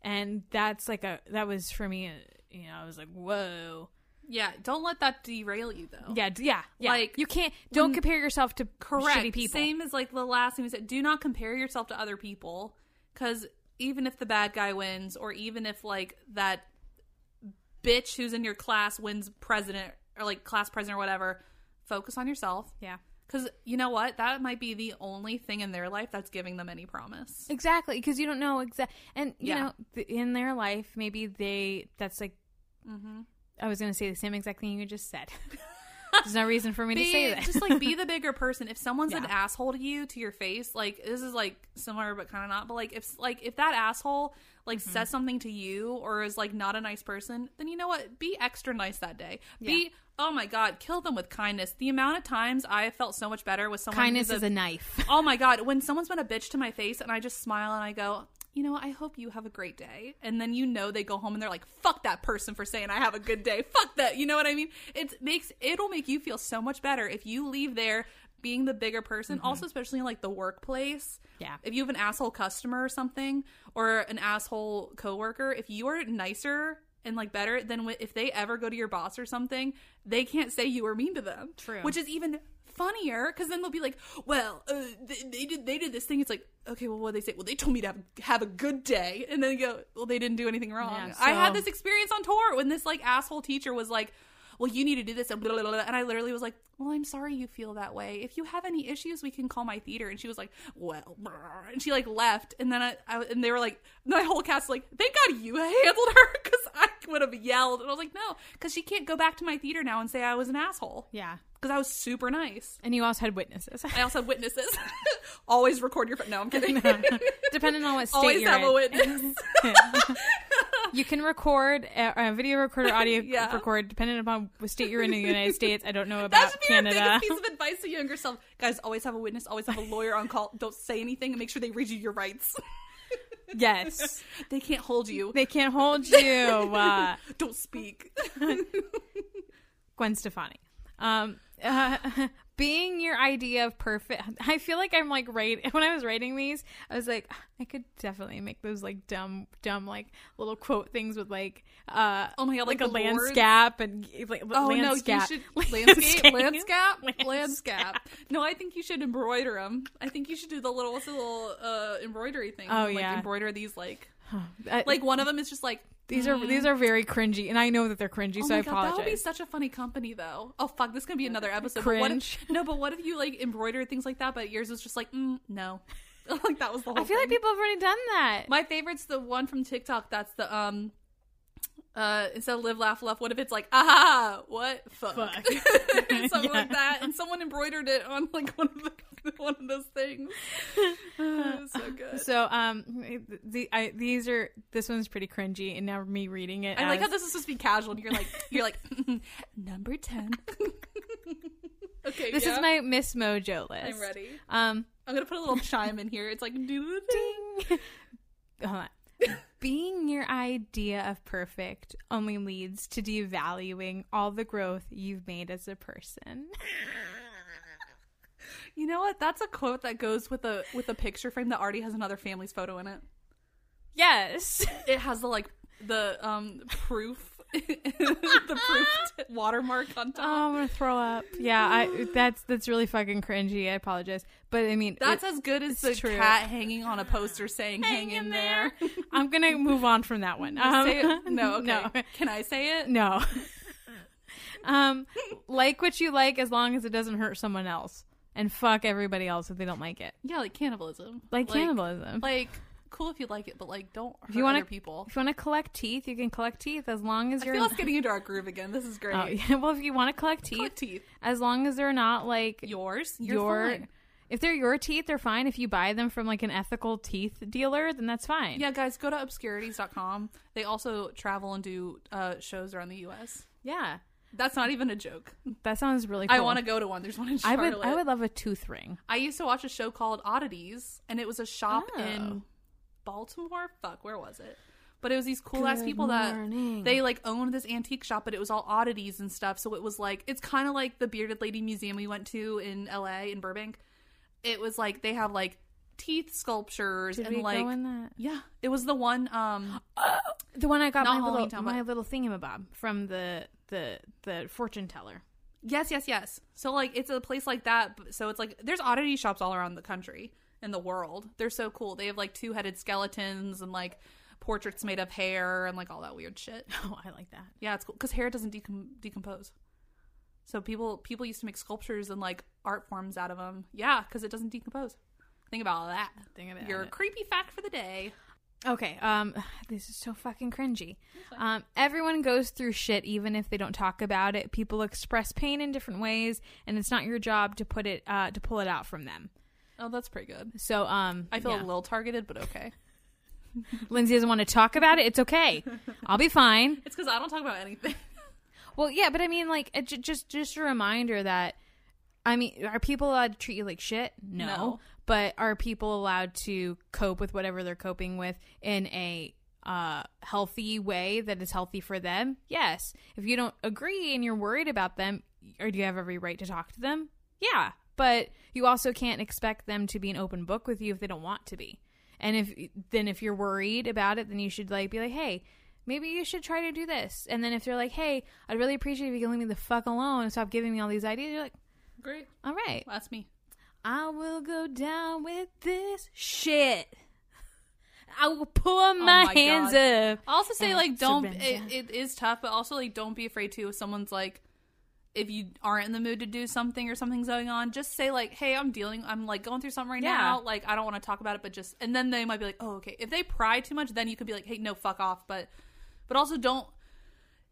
S1: and that's like a that was for me uh, you know i was like whoa
S2: yeah, don't let that derail you though.
S1: yeah d- yeah yeah
S2: Like,
S1: like you can't don't compare yourself to
S2: correct.
S1: shitty people
S2: Same as like the last thing we said. Do not compare yourself to other people because even if the bad guy wins, or even if like that bitch who's in your class wins president or like class president or whatever, focus on yourself
S1: yeah
S2: because you know what that might be the only thing in their life that's giving them any promise.
S1: exactly because you don't know exact and you
S2: Yeah.
S1: know th- in their life maybe they that's like
S2: Mm-hmm.
S1: i was gonna say the same exact thing you just said there's no reason for me to
S2: be-
S1: say that
S2: just like be the bigger person. If someone's an
S1: Yeah.
S2: asshole to you to your face, like this is like similar but kind of not. But like if like if that asshole like
S1: Mm-hmm.
S2: says something to you or is like not a nice person, then you know what? Be extra nice that day. Be oh my god, kill them with kindness. The amount of times I have felt so much better with someone.
S1: kindness
S2: who's
S1: is a knife
S2: oh my god, when someone's been a bitch to my face and I just smile and I go. You know, I hope you have a great day. And then you know they go home and they're like, fuck that person for saying I have a good day. Fuck that. You know what I mean? It makes it'll make you feel so much better if you leave there being the bigger person. Also, especially in like the workplace.
S1: Yeah.
S2: If you have an asshole customer or something or an asshole coworker, if you are nicer and like better than wh- if they ever go to your boss or something, they can't say you were mean to them.
S1: True.
S2: Which is even funnier because then they'll be like, "Well, uh, they, they did they did this thing." It's like, okay, well, what they say? Well, they told me to have, have a good day, and then you go, "Well, they didn't do anything wrong."
S1: Yeah,
S2: I had
S1: so-
S2: this experience on tour when this like asshole teacher was like. Well, you need to do this, and blah, blah, blah, blah. and I literally was like, "Well, I'm sorry you feel that way. If you have any issues, we can call my theater." And she was like, "Well," brr," and she like left, and then I, I and they were like, my whole cast was like, "Thank God you handled her," because I would have yelled, and I was like, "No," because she can't go back to my theater now and say I was an asshole
S1: yeah
S2: because I was super nice.
S1: and you also had witnesses
S2: I also have witnesses. Always record your. No, I'm kidding.
S1: depending on what state
S2: Always
S1: you're
S2: have
S1: in.
S2: a witness.
S1: You can record a, a video recorder, audio
S2: Yeah.
S1: record, depending upon what state you're in in the United States. I don't know
S2: That
S1: about
S2: should be our
S1: Canada.
S2: biggest piece of advice to younger self. Guys, always have a witness, always have a lawyer on call. Don't say anything and make sure they read you your rights.
S1: yes,
S2: They can't hold you.
S1: they can't hold you, uh,
S2: Don't speak.
S1: Gwen Stefani. Um, uh, being your idea of perfect. I feel like I'm like right when I was writing these, I was like, I could definitely make those like dumb, dumb like little quote things with like, uh,
S2: Oh my god,
S1: like,
S2: like,
S1: a
S2: the words.
S1: landscape and like
S2: Oh
S1: landscape.
S2: no, you should landscape, landscape,
S1: Landscape.
S2: landscape. No, I think you should embroider them. I think you should do the little what's the little uh, embroidery thing.
S1: Oh,
S2: like,
S1: yeah.
S2: embroider these like
S1: Uh,
S2: like one of them is just like
S1: these are these are very cringy, and I know that they're cringy,
S2: Oh
S1: so I
S2: my god,
S1: apologize.
S2: that would be such a funny company though. Oh fuck, this is gonna be another episode. but what
S1: Cringe.
S2: if- no, but what if you like embroider things like that? But yours was just like mm, no, like that was the whole.
S1: I feel like
S2: thing.
S1: people have already done that.
S2: My favorite's the one from TikTok. That's the um. Uh, instead of live, laugh, love, what if it's like, aha, what, fuck,
S1: Fuck.
S2: something
S1: Yeah.
S2: like that, and someone embroidered it on like one of the, one of those things. It was so good.
S1: So um, the I, these are this one's pretty cringy, and now me reading it.
S2: I like
S1: as-
S2: how this is supposed to be casual. And you're like, you're like, "Mm-hmm, number ten. okay,
S1: this
S2: yeah,
S1: is my Miss Mojo list.
S2: I'm ready.
S1: Um,
S2: I'm gonna put a little chime in here. It's like, doo-doo-doo.
S1: ding. Hold on. Being your idea of perfect only leads to devaluing all the growth you've made as a person.
S2: you know what? That's a quote that goes with a with a picture frame that already has another family's photo in it.
S1: Yes.
S2: It has the like the um proof, the proof t- watermark on
S1: Oh,
S2: top.
S1: I'm gonna throw up. Yeah, I that's that's really fucking cringy. I apologize, but I mean
S2: That's
S1: it-
S2: as good as the
S1: true.
S2: cat hanging on a poster saying "Hang, in there."
S1: I'm gonna move on from that one. Um,
S2: Say it- No, okay.
S1: no.
S2: Can I say it?
S1: No. um, like what you like as long as it doesn't hurt someone else, and fuck everybody else if they don't like it.
S2: Yeah, like cannibalism.
S1: Like, cannibalism.
S2: Like cool if you like it, but like don't hurt
S1: if you want
S2: other
S1: to,
S2: people.
S1: if you want to collect teeth, you can collect teeth as long as
S2: I
S1: you're.
S2: feel us getting into our groove again. This is great.
S1: oh, yeah, well, if you want to collect teeth,
S2: Collect teeth.
S1: as long as they're not like
S2: Yours. You're
S1: your.
S2: fine.
S1: If they're your teeth, they're fine. If you buy them from like an ethical teeth dealer, then that's fine.
S2: Yeah, guys, go to obscurities.com. They also travel and do uh, shows around the U.S.
S1: yeah.
S2: That's not even a joke.
S1: That sounds really. cool.
S2: I want to go to one. There's one in
S1: I
S2: Charlotte.
S1: would. I would love a tooth ring.
S2: I used to watch a show called Oddities, and it was a shop
S1: Oh.
S2: in Baltimore. Fuck, where was it? But it was these cool ass
S1: Good
S2: people
S1: morning.
S2: that they like owned this antique shop, but it was all oddities and stuff. So it was like it's kind of like the Bearded Lady Museum we went to in L.A. in Burbank. It was like they have like teeth sculptures
S1: Did
S2: and
S1: we
S2: like
S1: go in that?
S2: yeah, it was the one. um
S1: The one I got my
S2: Not
S1: little,
S2: Halloween Town,
S1: my
S2: but-
S1: little thingamabob from the the the fortune teller.
S2: Yes, yes, yes. So like it's a place like that. b- So it's like there's oddity shops all around the country and the world. They're so cool. They have like two headed skeletons and like portraits made of hair and like all that weird shit.
S1: Oh, I like that.
S2: Yeah, it's cool because hair doesn't decom- decompose. So people people used to make sculptures and like art forms out of them. Yeah, because it doesn't decompose. Think about that.
S1: Think about
S2: Your
S1: it.
S2: creepy fact for the day.
S1: Okay, um, this is so fucking cringy. Um, everyone goes through shit, even if they don't talk about it. People express pain in different ways, and it's not your job to put it uh, to pull it out from them.
S2: Oh, that's pretty good.
S1: So, um,
S2: I feel
S1: yeah.
S2: a little targeted, but okay.
S1: Lindsay doesn't want to talk about it. It's okay. I'll be fine.
S2: It's because I don't talk about anything.
S1: Well, yeah, but I mean, like, it, ju- just just a reminder that, I mean, are people allowed to treat you like shit? No.
S2: No.
S1: But are people allowed to cope with whatever they're coping with in a uh, healthy way that is healthy for them? Yes. If you don't agree and you're worried about them, or do you have every right to talk to them? Yeah. But you also can't expect them to be an open book with you if they don't want to be. And if then if you're worried about it, then you should like be like, hey, maybe you should try to do this. And then if they're like, hey, I'd really appreciate if you could leave me the fuck alone and stop giving me all these ideas, you're like,
S2: Great.
S1: all right,
S2: That's me.
S1: I will go down with this shit. I will pull Oh my,
S2: my
S1: hands up.
S2: I also say
S1: and
S2: like don't
S1: surrender.
S2: it, it is tough, but also like don't be afraid to if someone's like if you aren't in the mood to do something or something's going on, just say like, "Hey, I'm dealing. I'm like going through something right
S1: Yeah.
S2: now. Like, I don't want to talk about it, but just." And then they might be like, "Oh, okay." If they pry too much, then you could be like, "Hey, no, fuck off." But, but also don't.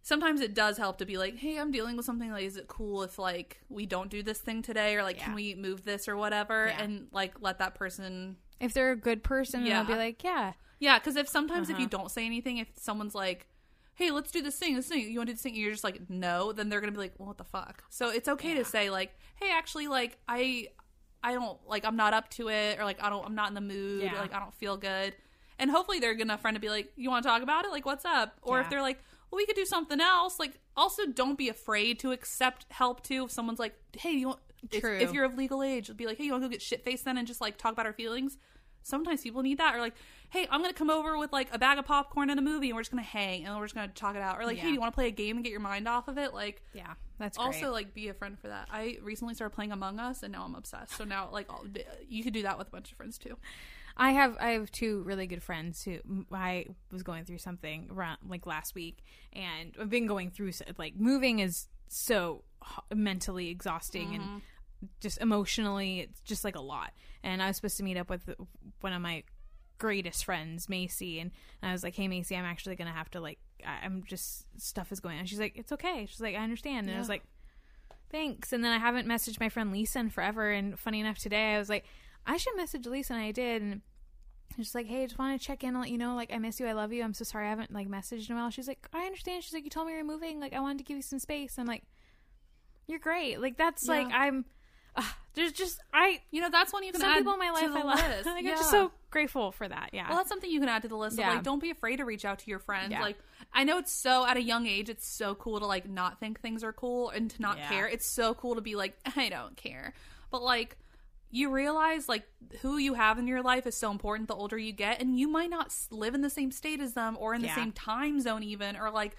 S2: Sometimes it does help to be like, "Hey, I'm dealing with something. Like, is it cool if like we don't do this thing today, or like
S1: Yeah.
S2: can we move this or whatever?"
S1: Yeah.
S2: And like let that person
S1: If they're a good person, then I'll be
S2: Yeah.
S1: like, yeah,
S2: yeah, because if sometimes
S1: Uh-huh.
S2: if you don't say anything, if someone's like, "Hey, let's do this thing, this thing," you want to do this thing, and you're just like, "No," then they're gonna be like, "Well, what the fuck?" So it's okay to say like, "Hey, actually, like I, I don't like I'm not up to it, or like I don't I'm not in the mood,
S1: Yeah.
S2: or, like I don't feel good," and hopefully they're gonna friend to be like, "You want to talk about it? Like, what's up?" Or
S1: Yeah.
S2: if they're like, "Well, we could do something else," like, Also, don't be afraid to accept help too. If someone's like, "Hey, you want?" If,
S1: True.
S2: if you're of legal age, be like, "Hey, you want to go get shit faced then?" and just like talk about our feelings. Sometimes people need that, or like, "Hey, I'm gonna come over with like a bag of popcorn and a movie, and we're just gonna hang and we're just gonna talk it out." Or like,
S1: Yeah.
S2: "Hey, do you want to play a game and get your mind off of it?" Like,
S1: Yeah, that's
S2: also
S1: great.
S2: like be a friend for that. I recently started playing Among Us, and now I'm obsessed. So now like, all, you could do that with a bunch of friends too.
S1: I have I have two really good friends who I was going through something around, like last week, and I've been going through so- like moving is so h- mentally exhausting and just emotionally it's just like a lot. And I was supposed to meet up with one of my greatest friends, Macy, and I was like, "Hey, Macy, I'm actually gonna have to like I- I'm just stuff is going on." She's like, "It's okay." She's like, "I understand," and I was
S2: Yeah.
S1: like thanks. And then I haven't messaged my friend Lisa in forever. And funny enough, today I was like, I should message Lisa, and I did. And I'm just like, hey, just want to check in and let you know, like, I miss you, I love you, I'm so sorry I haven't like messaged in a while. She's like, I understand. She's like, you told me you're moving, like, I wanted to give you some space. I'm like, you're great. Like that's like
S2: Yeah.
S1: I'm. Uh, there's just I
S2: You know, that's one you can
S1: some
S2: add
S1: people in my
S2: to
S1: life
S2: the
S1: I love.
S2: list.
S1: like
S2: Yeah.
S1: I'm just so grateful for that. Yeah.
S2: Well, that's something you can add to the list. Of,
S1: Yeah.
S2: like, don't be afraid to reach out to your friends.
S1: Yeah.
S2: Like, I know it's so at a young age, it's so cool to like not think things are cool and to not
S1: Yeah.
S2: care. It's so cool to be like, I don't care. But like, you realize like who you have in your life is so important the older you get, and you might not s- live in the same state as them or in the
S1: Yeah.
S2: same time zone even or like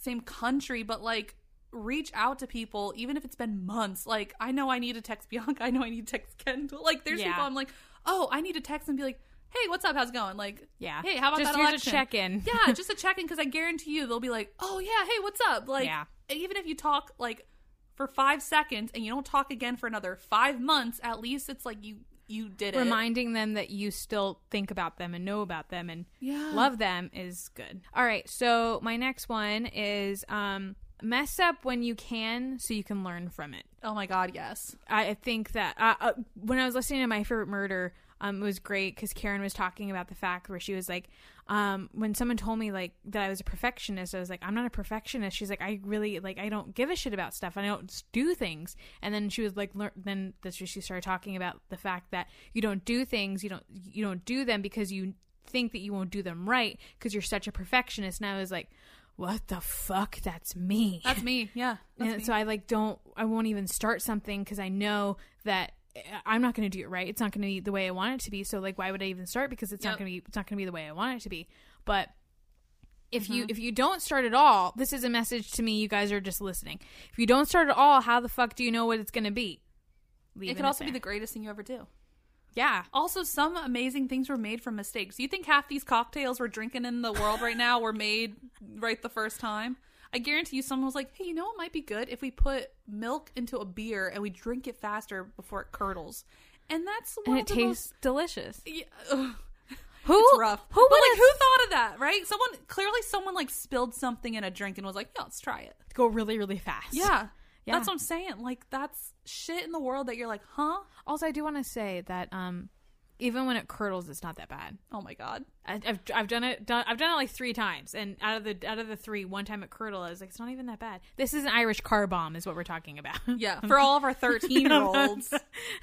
S2: same country, but like. Reach out to people, even if it's been months. Like, I know I need to text Bianca. I know I need to text Kendall. Like, there's
S1: Yeah.
S2: people I'm like, oh, I need to text and be like, hey, what's up? How's it going? Like,
S1: yeah.
S2: Hey, how about
S1: just
S2: that
S1: here's
S2: election?
S1: a check in?
S2: yeah, just a check in because I guarantee you they'll be like, oh yeah, hey, what's up? Like,
S1: Yeah.
S2: even if you talk like for five seconds and you don't talk again for another five months, at least it's like you you did it.
S1: reminding them that you still think about them and know about them and
S2: Yeah.
S1: love them is good. All right, so my next one is um mess up when you can so you can learn from it.
S2: oh my god, yes.
S1: I I think that uh, uh, when I was listening to my favorite murder, um, it was great because Karen was talking about the fact where she was like, um, when someone told me like that I was a perfectionist, I was like, I'm not a perfectionist. She's like, I really like I don't give a shit about stuff. I don't s- do things. And then she was like, lear- then that's where she started talking about the fact that you don't do things, you don't you don't do them because you think that you won't do them right because you're such a perfectionist. And I was like, what the fuck? That's me
S2: That's me. Yeah. That's
S1: and
S2: me.
S1: so I like don't I won't even start something because I know that eh, I'm not going to do it right. It's not going to be the way I want it to be. So like, why would I even start? Because it's
S2: Yep.
S1: not going to be it's not going to be the way I want it to be. But if
S2: Mm-hmm.
S1: you if you don't start at all, this is a message to me. You guys are just listening. If you don't start at all, how the fuck do you know what it's going to be?
S2: it
S1: Leaving
S2: could also be
S1: there.
S2: the greatest thing you ever do.
S1: yeah.
S2: Also, some amazing things were made from mistakes. You think half these cocktails we're drinking in the world right now were made right the first time? I guarantee you, someone was like, "Hey, you know what might be good if we put milk into a beer and we drink it faster before it curdles," and that's one
S1: And
S2: of
S1: it
S2: the
S1: tastes delicious.
S2: Most, yeah, ugh,
S1: Who?
S2: it's rough.
S1: Who
S2: but
S1: would
S2: like, who thought of that? Right? Someone clearly, someone like spilled something in a drink and was like, "Yeah, let's try it."
S1: go really really fast?
S2: Yeah.
S1: Yeah.
S2: That's what I'm saying. Like, that's shit in the world that you're like, huh?
S1: Also, I do want to say that um, even when it curdles, it's not that bad.
S2: Oh my God.
S1: I- I've I've done it done, I've done it like three times, and out of the out of the three, one time at Curdle, I was like, it's not even that bad. This is an Irish car bomb, is what we're talking about.
S2: Yeah, for all of our 13 year olds.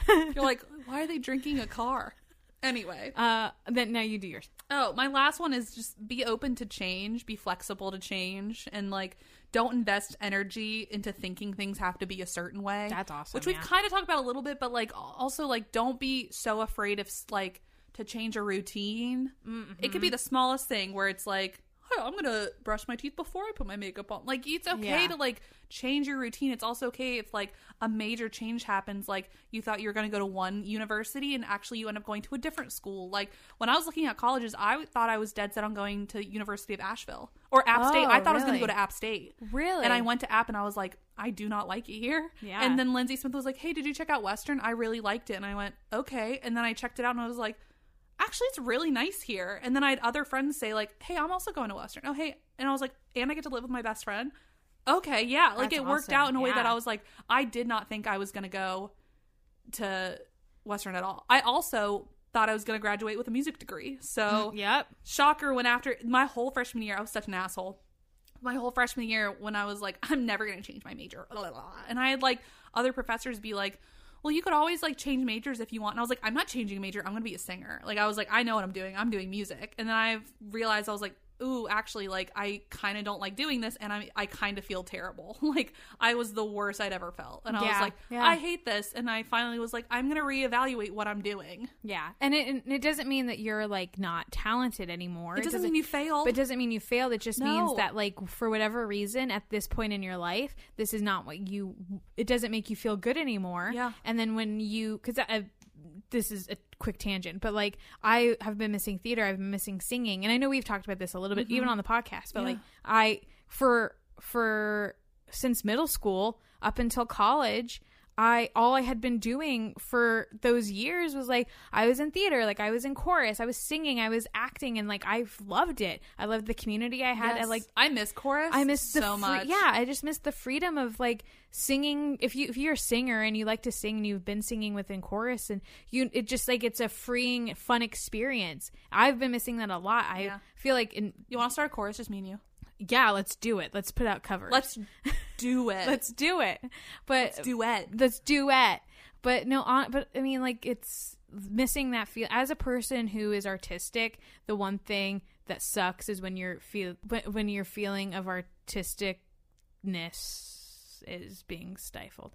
S2: You're like, why are they drinking a car? Anyway.
S1: Uh, then now you do yours.
S2: Oh, my last one is just be open to change, be flexible to change, and like don't invest energy into thinking things have to be a certain way.
S1: That's awesome,
S2: Which we've
S1: yeah.
S2: kind of talked about a little bit, but like also like don't be so afraid of s- like to change a routine. It
S1: Mm-hmm.
S2: could be the smallest thing where it's like, oh, I'm gonna brush my teeth before I put my makeup on. Like it's okay
S1: Yeah.
S2: to like change your routine. It's also okay if like a major change happens, like you thought you were going to go to one university and actually you end up going to a different school. Like when I was looking at colleges, I thought I was dead set on going to University of Asheville or App State.
S1: Oh,
S2: I thought I was going to
S1: really?
S2: go to App State.
S1: Really?
S2: And I went to App and I was like, I do not like it here.
S1: Yeah.
S2: And then Lindsay Smith was like, Hey, did you check out Western? I really liked it. And I went, Okay. And then I checked it out and I was like, Actually, it's really nice here. And then I had other friends say like, Hey, I'm also going to Western. Oh, hey. And I was like, And I get to live with my best friend. Okay, yeah. Like
S1: That's
S2: it worked
S1: awesome.
S2: out in a way that
S1: Yeah.
S2: I was like, I did not think I was gonna go to Western at all. I also thought I was gonna graduate with a music degree. So
S1: Yep.
S2: shocker when after my whole freshman year i was such an asshole my whole freshman year when i was like i'm never going to change my major blah, blah, blah. and i had like other professors be like well you could always like change majors if you want and i was like i'm not changing a major i'm going to be a singer like i was like i know what i'm doing i'm doing music and then i realized i was like ooh, actually, like I kind of don't like doing this, and I I kind of feel terrible. Like I was the worst I'd ever felt, and I was
S1: Yeah,
S2: like,
S1: yeah.
S2: I hate this, and I finally was like, I'm gonna reevaluate what I'm doing.
S1: Yeah, and it, and it doesn't mean that you're like not talented anymore.
S2: It doesn't, mean you failed.
S1: But it doesn't mean you failed. It just means
S2: No.
S1: that, like, for whatever reason, at this point in your life, this is not what you. It doesn't make you feel good anymore.
S2: Yeah.
S1: And then when you, because I, this is a quick tangent, but like, I have been missing theater. I've been missing singing, and I know we've talked about this a little bit, even on the podcast. But
S2: Mm-hmm. Yeah.
S1: like, I for for since middle school up until college. I all I had been doing for those years was like I was in theater, like I was in chorus, I was singing, I was acting, and like I loved it. I loved the community I had. I
S2: Yes.
S1: like
S2: I miss chorus.
S1: I miss the
S2: so
S1: free-
S2: much.
S1: Yeah, I just miss the freedom of like singing. If you if you're a singer and you like to sing and you've been singing within chorus and you it just like it's a freeing, fun experience. I've been missing that a lot. I
S2: Yeah.
S1: feel like in
S2: You want to start a chorus? Just me and you.
S1: yeah, let's do it. Let's put out covers.
S2: Let's do it.
S1: let's do it. But
S2: duet.
S1: this duet. But no, on, but I mean, like it's missing that feel. As a person who is artistic, the one thing that sucks is when your feel when- when your feeling of artisticness is being stifled.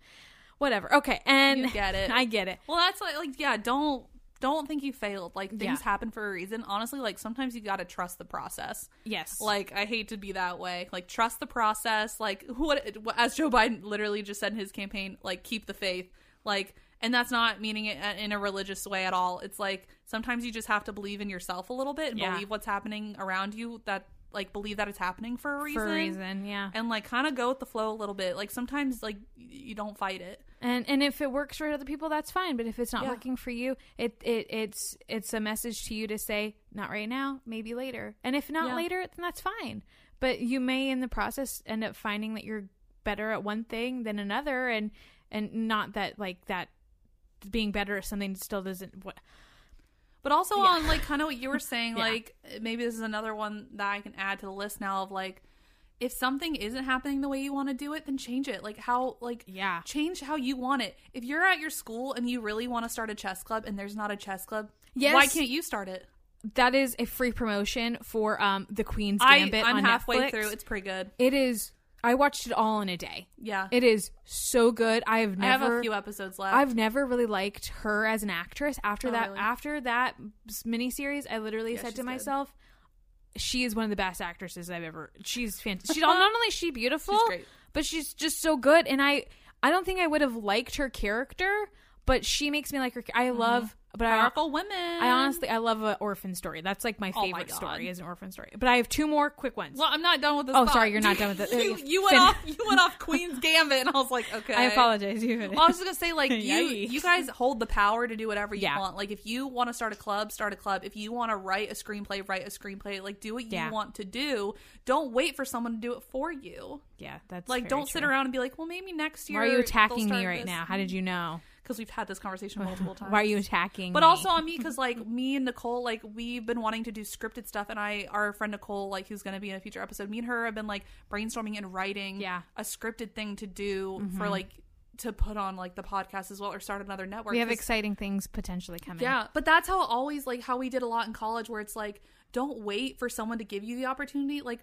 S1: Whatever. Okay, and
S2: You get it.
S1: I get it.
S2: Well, that's like, like yeah, don't don't think you failed. Like things
S1: Yeah.
S2: happen for a reason. Honestly, like sometimes you got to trust the process.
S1: Yes.
S2: Like I hate to be that way. Like trust the process. Like what as Joe Biden literally just said in his campaign, like keep the faith. Like and that's not meaning it in a religious way at all. It's like sometimes you just have to believe in yourself a little bit and
S1: Yeah.
S2: believe what's happening around you that like believe that it's happening for a reason.
S1: for a reason. Yeah.
S2: And like kind of go with the flow a little bit. Like sometimes like y- you don't fight it.
S1: And and if it works for other people, that's fine. But if it's not
S2: Yeah.
S1: working for you, it, it it's it's a message to you to say, not right now, maybe later. And if not
S2: Yeah.
S1: later, then that's fine. But you may in the process end up finding that you're better at one thing than another, and and not that like that being better at something still doesn't. What,
S2: But also
S1: Yeah.
S2: on like kind of what you were saying,
S1: Yeah.
S2: like maybe this is another one that I can add to the list now of like if something isn't happening the way you want to do it, then change it. Like how like
S1: Yeah.
S2: change how you want it. If you're at your school and you really want to start a chess club and there's not a chess club,
S1: Yes.
S2: why can't you start it?
S1: that is a free promotion for um the Queen's
S2: I,
S1: Gambit
S2: I'm
S1: on
S2: halfway
S1: Netflix.
S2: through. It's pretty good.
S1: it is. I watched it all in a day.
S2: Yeah.
S1: It is so good. I have
S2: I
S1: never.
S2: have a few episodes left.
S1: I've never really liked her as an actress. After
S2: Oh,
S1: that,
S2: really?
S1: after that s- miniseries, I literally
S2: Yeah,
S1: said
S2: she's
S1: to
S2: good.
S1: myself, "She is one of the best actresses I've ever. She's fantastic. She's not only is she beautiful,
S2: She's great.
S1: but she's just so good. And I, I don't think I would have liked her character, but she makes me like her. I love, but I,
S2: Mm-hmm. Powerful women.
S1: I honestly, I love an orphan story. That's like my
S2: Oh my
S1: favorite
S2: God.
S1: story is an orphan story. But I have two more quick ones.
S2: Well, I'm not done with this.
S1: Oh,
S2: thought.
S1: sorry, you're not done with it.
S2: you, you went
S1: Fin-
S2: off. You went off Queen's Gambit, and I was like, okay.
S1: I apologize. You finish.
S2: Well, I was just gonna say, like you,
S1: Yikes.
S2: you guys hold the power to do whatever you
S1: Yeah.
S2: want. Like, if you want to start a club, start a club. If you want to write a screenplay, write a screenplay. Like, do what you
S1: Yeah.
S2: want to do. Don't wait for someone to do it for you.
S1: yeah, that's
S2: Like,
S1: very
S2: don't sit
S1: true.
S2: around and be like, well, maybe next year.
S1: Why are you attacking me right now? How did you know?
S2: Because we've had this conversation multiple times.
S1: Why are you attacking?
S2: But
S1: me?
S2: also on me because like me and Nicole, like we've been wanting to do scripted stuff, and I, our friend Nicole, like who's going to be in a future episode, me and her have been like brainstorming and writing,
S1: Yeah. Mm-hmm.
S2: a scripted thing to do for like to put on like the podcast as well or start another network.
S1: we have
S2: 'Cause-
S1: exciting things potentially coming.
S2: yeah, but that's how always like how we did a lot in college, where it's like don't wait for someone to give you the opportunity, like.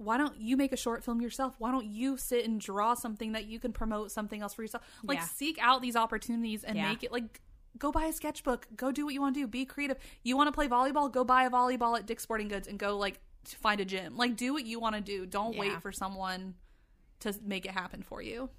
S2: Why don't you make a short film yourself? Why don't you sit and draw something that you can promote something else for yourself? Like
S1: Yeah.
S2: seek out these opportunities and
S1: Yeah.
S2: make it like go buy a sketchbook, go do what you want to do, be creative. You want to play volleyball, go buy a volleyball at Dick's Sporting Goods and go like to find a gym. Like do what you want to do. Don't
S1: Yeah.
S2: wait for someone to make it happen for you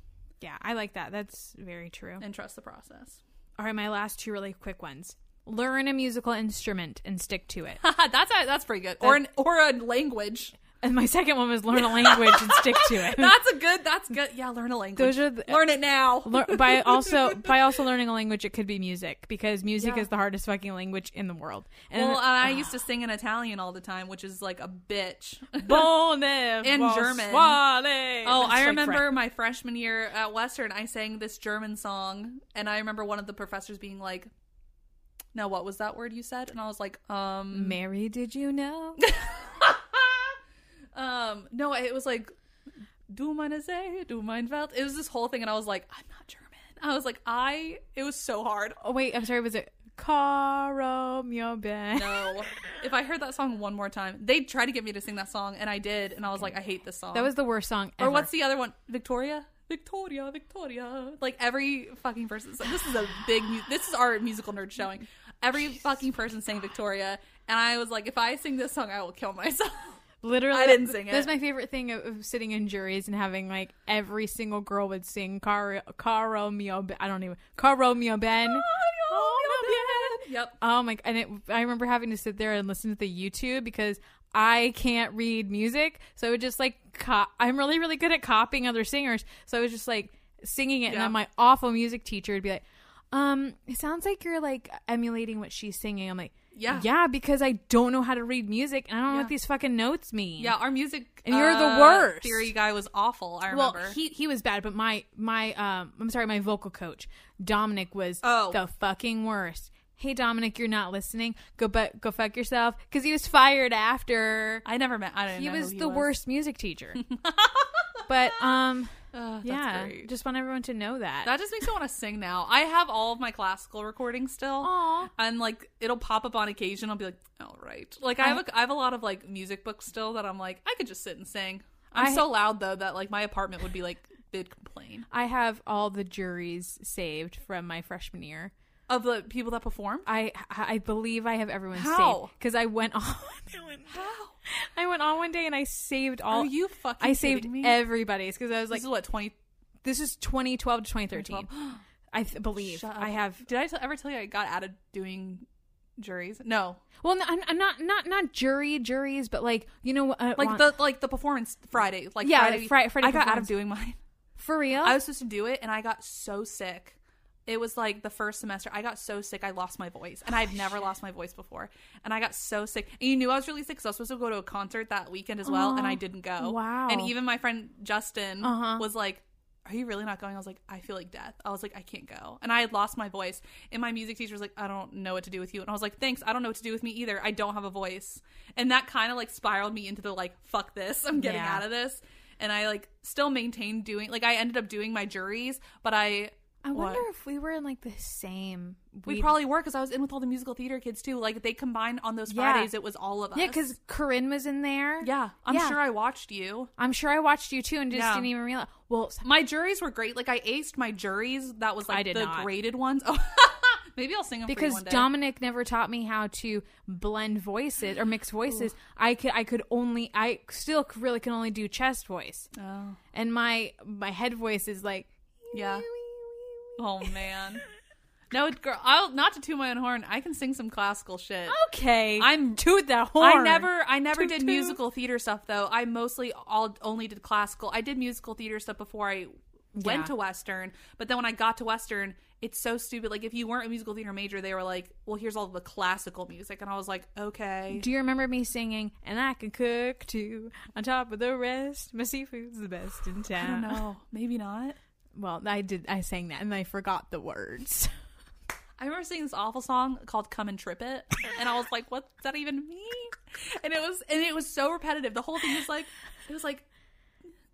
S1: Yeah, I like that. That's very true.
S2: and trust the process.
S1: All right, my last two really quick ones. Learn a musical instrument and stick to it.
S2: that's a, that's pretty good. Or an or a language.
S1: and my second one was learn a language and stick to it.
S2: That's a good. That's good. Yeah, learn a language.
S1: Those are the,
S2: learn it now.
S1: lear- by also by also learning a language, it could be music because music
S2: Yeah.
S1: is the hardest fucking language in the world. And
S2: well, uh, I used to sing in Italian all the time, which is like a bitch.
S1: Bone
S2: in German. Oh, I remember my freshman year at Western, I sang this German song, and I remember one of the professors being like, "Now, what was that word you said?" And I was like, "Um,
S1: Mary, did you know?
S2: um, no, it was like, du meine See, du mein Welt." It was this whole thing, and I was like, "I'm not German." I was like, "I." It was so hard.
S1: oh wait, I'm sorry. Was it Caro mio bene.
S2: No. If I heard that song one more time, they tried to get me to sing that song, and I did, and I was like, I hate this song.
S1: That was the worst song
S2: or
S1: ever.
S2: what's the other one? Victoria, Victoria, Victoria. Like every fucking person. So this is a big. Mu- this is our musical nerd showing. Every fucking person sang Victoria, and I was like, if I sing this song, I will kill myself.
S1: Literally,
S2: I didn't sing it.
S1: That's my favorite thing of, of sitting in juries and having like every single girl would sing Caro, Caro mio. Be- I don't even Caro mio ben.
S2: yep.
S1: Oh my! And it, I remember having to sit there and listen to the YouTube because I can't read music, so I would just like co- I'm really really good at copying other singers, so I was just like singing it, and
S2: Yeah.
S1: then my awful music teacher would be like, "Um, it sounds like you're like emulating what she's singing." I'm like,
S2: Yeah.
S1: yeah," because I don't know how to read music, and I don't know
S2: Yeah.
S1: what these fucking notes mean."
S2: Yeah, our music
S1: And you're the
S2: uh,
S1: worst.
S2: theory guy was awful. I
S1: Well,
S2: remember.
S1: he he was bad, but my my um I'm sorry, my vocal coach Dominic was
S2: Oh.
S1: the fucking worst. Hey Dominic, you're not listening. Go but go fuck yourself because he was fired after.
S2: I never met. I don't
S1: He
S2: know. who
S1: was the worst music teacher. but um
S2: Ugh, that's
S1: yeah,
S2: great.
S1: just want everyone to know that.
S2: That just makes me want to sing now. I have all of my classical recordings still.
S1: Aw.
S2: And like it'll pop up on occasion. I'll be like, all right. Like I have a, I have a lot of like music books still that I'm like I could just sit and sing. I'm
S1: I-
S2: so loud though that like my apartment would be like they'd complain
S1: I have all the juries saved from my freshman year.
S2: of the people that perform.
S1: I I believe I have everyone
S2: How?
S1: saved because I went on.
S2: How
S1: I went on one day and I saved all.
S2: are you fucking?
S1: I saved
S2: kidding me?
S1: everybody's because I was
S2: This
S1: like,
S2: is what twenty.
S1: This is 2012 to 2013. I th- believe
S2: Shut up.
S1: I have.
S2: Did I t- ever tell you I got out of doing juries? No,
S1: Well, no, I'm, I'm not not not jury juries, but like you know, uh,
S2: like
S1: want-
S2: the like the performance Friday. Like
S1: Yeah,
S2: Friday,
S1: Fri- Friday
S2: I got out
S1: performance.
S2: of doing mine.
S1: for real.
S2: I was supposed to do it and I got so sick. It was like the first semester. I got so sick I lost my voice, and I've never lost my voice before. And I got so sick. And you knew I was really sick because I was supposed to go to a concert that weekend as well, and I didn't go.
S1: wow.
S2: And even my friend Justin
S1: Uh-huh.
S2: was like, "Are you really not going?" I was like, "I feel like death." I was like, "I can't go," and I had lost my voice. And my music teacher was like, "I don't know what to do with you," and I was like, "Thanks, I don't know what to do with me either. I don't have a voice." And that kind of like spiraled me into the like, "Fuck this, I'm getting
S1: Yeah.
S2: out of this." and I like still maintained doing like I ended up doing my juries, but I
S1: I wonder
S2: What?
S1: if we were in like the same.
S2: we
S1: we'd-
S2: probably were because I was in with all the musical theater kids too. Like they combined on those
S1: Yeah.
S2: Fridays, it was all of us.
S1: yeah, because Corinne was in there.
S2: yeah, I'm
S1: Yeah.
S2: sure I watched you.
S1: I'm sure I watched you too and just
S2: Yeah.
S1: didn't even realize. Well, s-
S2: My juries were great. Like I aced my juries. That was like
S1: I did
S2: the
S1: not.
S2: graded ones. Oh, maybe I'll sing them for you
S1: because
S2: one day.
S1: Dominic never taught me how to blend voices or mix voices. I could I could only I still really can only do chest voice,
S2: oh,
S1: and my my head voice is like
S2: yeah. Oh man. No, girl. I'll not to toot my own horn. I can sing some classical shit.
S1: okay.
S2: I'm
S1: toot that
S2: I
S1: horn.
S2: never I never did
S1: Toot-toot.
S2: musical theater stuff though. I mostly all only did classical. I did musical theater stuff before I went
S1: Yeah.
S2: to Western, but then when I got to Western, it's so stupid. Like if you weren't a musical theater major, they were like, "Well, here's all the classical music," and I was like, "Okay."
S1: Do you remember me singing, and I can cook too? On top of the rest, my seafood's the best in
S2: I
S1: town.
S2: don't know. Maybe not.
S1: Well, I did. I sang that, and I forgot the words.
S2: I remember seeing this awful song called "Come and Trip It," and I was like, "What does that even mean?" And it was, and it was so repetitive. The whole thing was like, it was like,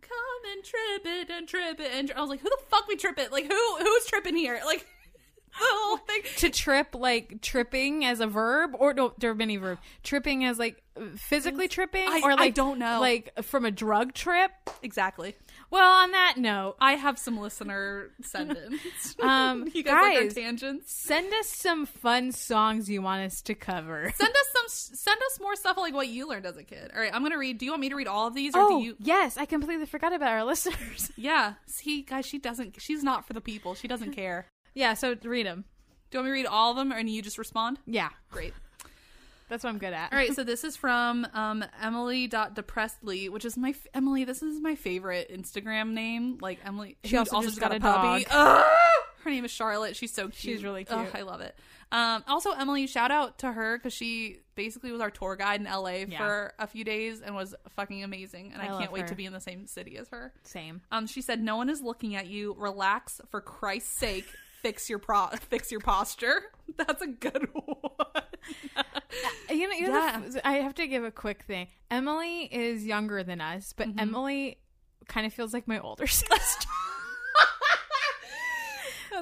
S2: "Come and trip it and trip it," and tri-" I was like, "Who the fuck we trip it? Like who who's tripping here?" Like the whole thing.
S1: to trip, like tripping as a verb, or no, there are many verb. Tripping as like physically tripping,
S2: I-
S1: or
S2: I
S1: like
S2: don't know.
S1: like from a drug trip.
S2: Exactly.
S1: Well, on that note,
S2: I have some listener send-ins.
S1: Um,
S2: you guys, like our
S1: guys.
S2: tangents.
S1: send us some fun songs you want us to cover.
S2: Send us some. Send us more stuff like what you learned as a kid. All right, I'm gonna read. Do you want me to read all of these, or
S1: Oh,
S2: do you?
S1: yes, I completely forgot about our listeners.
S2: Yeah. See, guys, she doesn't. She's not for the people. She doesn't care.
S1: yeah, so read them.
S2: Do you want me to read all of them and you just respond?
S1: Yeah,
S2: Great.
S1: that's what I'm good at.
S2: All right, so this is from um, Emily.depressedly, which is my f- Emily. This is my favorite Instagram name. Like Emily,
S1: She
S2: who
S1: also just got a dog.
S2: Ugh! Her name is Charlotte. She's so cute.
S1: She's really cute.
S2: Ugh, I love it. Um, also, Emily, shout out to her because she basically was our tour guide in LA
S1: Yeah.
S2: for a few days and was fucking amazing. And I,
S1: I love
S2: can't wait
S1: her.
S2: to be in the same city as her.
S1: Same.
S2: Um, she said, "No one is looking at you. Relax, for Christ's sake. fix your pro, fix your posture. That's a good one."
S1: You know, you know
S2: Yeah.
S1: the f- I have to give a quick thing. Emily is younger than us, but Emily kind of feels like my older sister.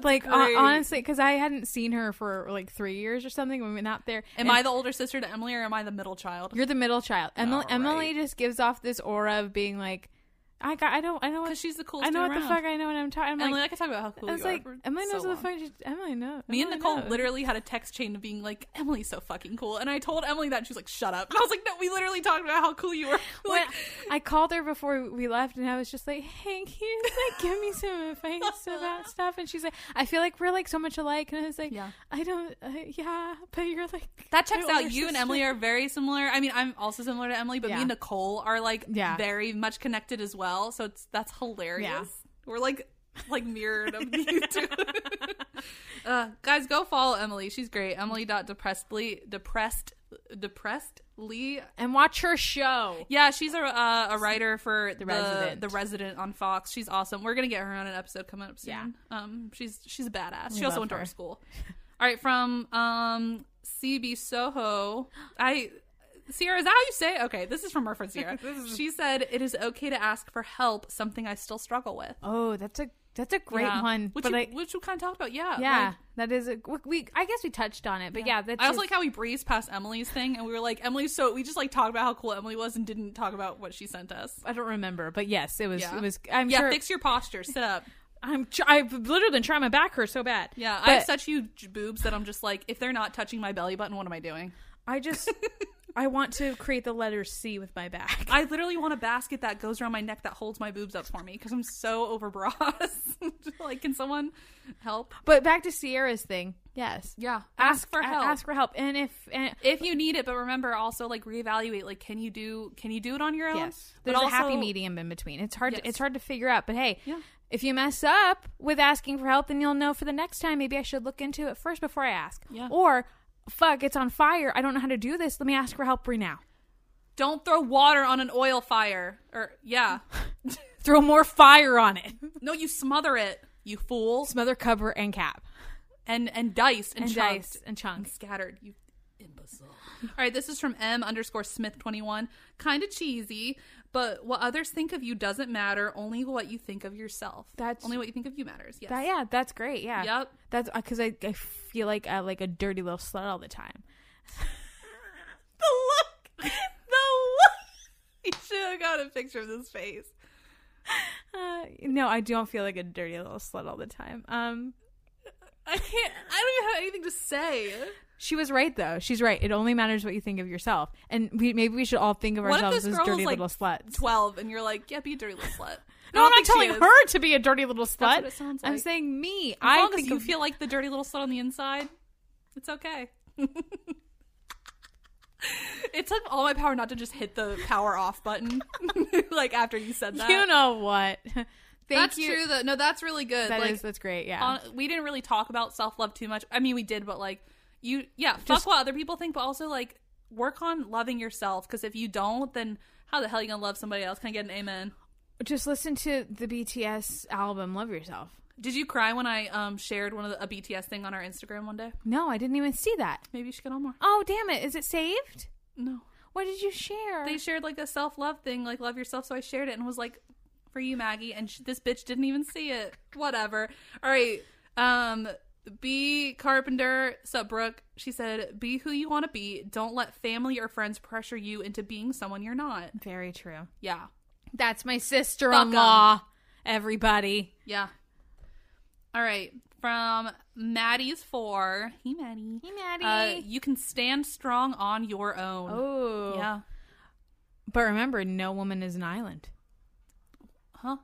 S1: like hon-
S2: great.
S1: honestly, because I hadn't seen her for like three years or something when we went out there.
S2: Am
S1: And
S2: I the older sister to Emily, or am I the middle child?
S1: You're the middle child. Emily,
S2: All
S1: Emily
S2: right.
S1: just gives off this aura of being like, I got, I don't, I know what,
S2: Because she's the coolest.
S1: I know what
S2: dude
S1: the
S2: around.
S1: fuck I know what I'm talking. I'm
S2: Emily,
S1: like,
S2: I could talk about how cool
S1: I was
S2: you
S1: like,
S2: are. for
S1: Emily knows
S2: so
S1: what
S2: long.
S1: the fuck. She, Emily knows.
S2: Me and
S1: Emily
S2: Nicole
S1: knows.
S2: literally had a text chain of being like, Emily's so fucking cool. And I told Emily that and she was like, shut up. And I was like, no, we literally talked about how cool you were.
S1: When
S2: Like,
S1: I called her before we left, and I was just like, "Hey, can you just like give me some advice about stuff?" And she's like, "I feel like we're like so much alike," and I was like,
S2: Yeah.
S1: I don't, uh, yeah, but you're like
S2: that checks
S1: my
S2: out.
S1: older
S2: You and
S1: sister."
S2: Emily are very similar. I mean, I'm also similar to Emily, but
S1: Yeah.
S2: me and Nicole are like
S1: Yeah.
S2: very much connected as well. So it's that's hilarious.
S1: Yeah.
S2: We're like like mirrored of you two. uh, guys, go follow Emily. She's great. Emily dot depressedly depressed depressed Lee
S1: and watch her show.
S2: Yeah, she's a uh, a writer for the,
S1: Resident.
S2: the resident on Fox. She's awesome. We're gonna get her on an episode coming up soon.
S1: Yeah.
S2: Um, she's she's a badass.
S1: We
S2: she also
S1: love
S2: went to
S1: her.
S2: our school. All right, from um CB Soho, I. Sierra, is that how you say? it? Okay, this is from our friend Sierra. she said, "It is okay to ask for help. Something I still struggle with.
S1: Oh, that's a that's a great
S2: Yeah.
S1: one.
S2: Which
S1: but
S2: you,
S1: I,
S2: which you kind of talked about. Yeah,
S1: yeah,
S2: like,
S1: that is a we, we. I guess we touched on it, but yeah, that's
S2: I also
S1: just-
S2: like how we breezed past Emily's thing, and we were like, Emily's so. We just like talked about how cool Emily was, and didn't talk about what she sent us.
S1: I don't remember, but yes, it was.
S2: Yeah.
S1: It was. I'm
S2: yeah,
S1: sure.
S2: fix your posture. Sit up.
S1: I'm. tr- I've literally been trying my back hurt so bad.
S2: Yeah,
S1: But-
S2: I have such huge boobs that I'm just like, if they're not touching my belly button, what am I doing?
S1: I just. I want to create the letter C with my back.
S2: I literally want a basket that goes around my neck that holds my boobs up for me because I'm so over bras. like, can someone help?
S1: But back to Sierra's thing. Yes.
S2: Yeah,
S1: Ask
S2: for
S1: a-
S2: help.
S1: Ask for help. And if and
S2: if you need it, but remember also like reevaluate. Like, can you do can you do it on your own?
S1: yes,
S2: But
S1: there's a happy
S2: also-
S1: medium in between. It's hard.
S2: Yes.
S1: To, it's hard to figure out. But hey,
S2: Yeah.
S1: if you mess up with asking for help, then you'll know for the next time. Maybe I should look into it first before I ask.
S2: Yeah.
S1: Or fuck, it's on fire. I don't know how to do this. Let me ask for help right now.
S2: Don't throw water on an oil fire. Or yeah,
S1: Throw more fire on it.
S2: no, you smother it, you fool,
S1: Smother, cover, and cap,
S2: and and diced and,
S1: and
S2: chunked.
S1: dice, and chunks.
S2: scattered. You imbecile. All right, this is from M underscore Smith twenty one. Kind of cheesy, but what others think of you doesn't matter. Only what you think of yourself.
S1: That's-
S2: only what you think of you matters. Yes.
S1: That, yeah, that's great. Yeah.
S2: Yep.
S1: That's because I, I feel like I like a dirty little slut all the time. the look.
S2: You should have got a picture of this face.
S1: Uh, no, I don't feel like a dirty little slut all the time. Um,
S2: I can't. I don't even have anything to say.
S1: she was right though. She's right. It only matters what you think of yourself, and we, maybe we should all think of
S2: What if
S1: ourselves
S2: this
S1: as
S2: girl
S1: dirty
S2: was, like,
S1: little sluts.
S2: Twelve, and you're like, yeah, be a dirty little slut.
S1: no, I'm
S2: I don't
S1: not
S2: think she
S1: telling
S2: is.
S1: her to be a dirty little slut.
S2: That's what it sounds
S1: I'm
S2: like.
S1: saying me.
S2: As
S1: I
S2: long as
S1: think
S2: you
S1: of-
S2: feel like the dirty little slut on the inside, it's okay. it took all my power not to just hit the power off button, like after you said that.
S1: you know what. Thank
S2: that's
S1: you.
S2: true. Though. No, that's really good.
S1: That
S2: like,
S1: is- that's great. Yeah.
S2: on, we didn't really talk about self love too much. I mean, we did, but like you, yeah, fuck
S1: Just-
S2: what other people think, but also like work on loving yourself because if you don't, then how the hell you gonna love somebody else? Can I get an amen?
S1: Just listen to the BTS album "Love Yourself."
S2: Did you cry when I um shared one of the, a BTS thing on our Instagram one day?
S1: No, I didn't even see that.
S2: Maybe you should get on more.
S1: Oh damn it! Is it saved?
S2: No.
S1: What did you share?
S2: they shared like a self love thing, like love yourself. So I shared it and was like, for you, Maggie. And sh- this bitch didn't even see it. Whatever. All right. Um, be Carpenter, sup, Brooke. She said, be who you want to be. Don't let family or friends pressure you into being someone you're not.
S1: Very true.
S2: Yeah.
S1: That's my sister-in-law. Everybody.
S2: Yeah. All right. From Maddie's four. Hey, Maddie.
S1: Hey, Maddie.
S2: Uh, you can stand strong on your own.
S1: Oh.
S2: Yeah.
S1: But remember, no woman is an island.
S2: Huh?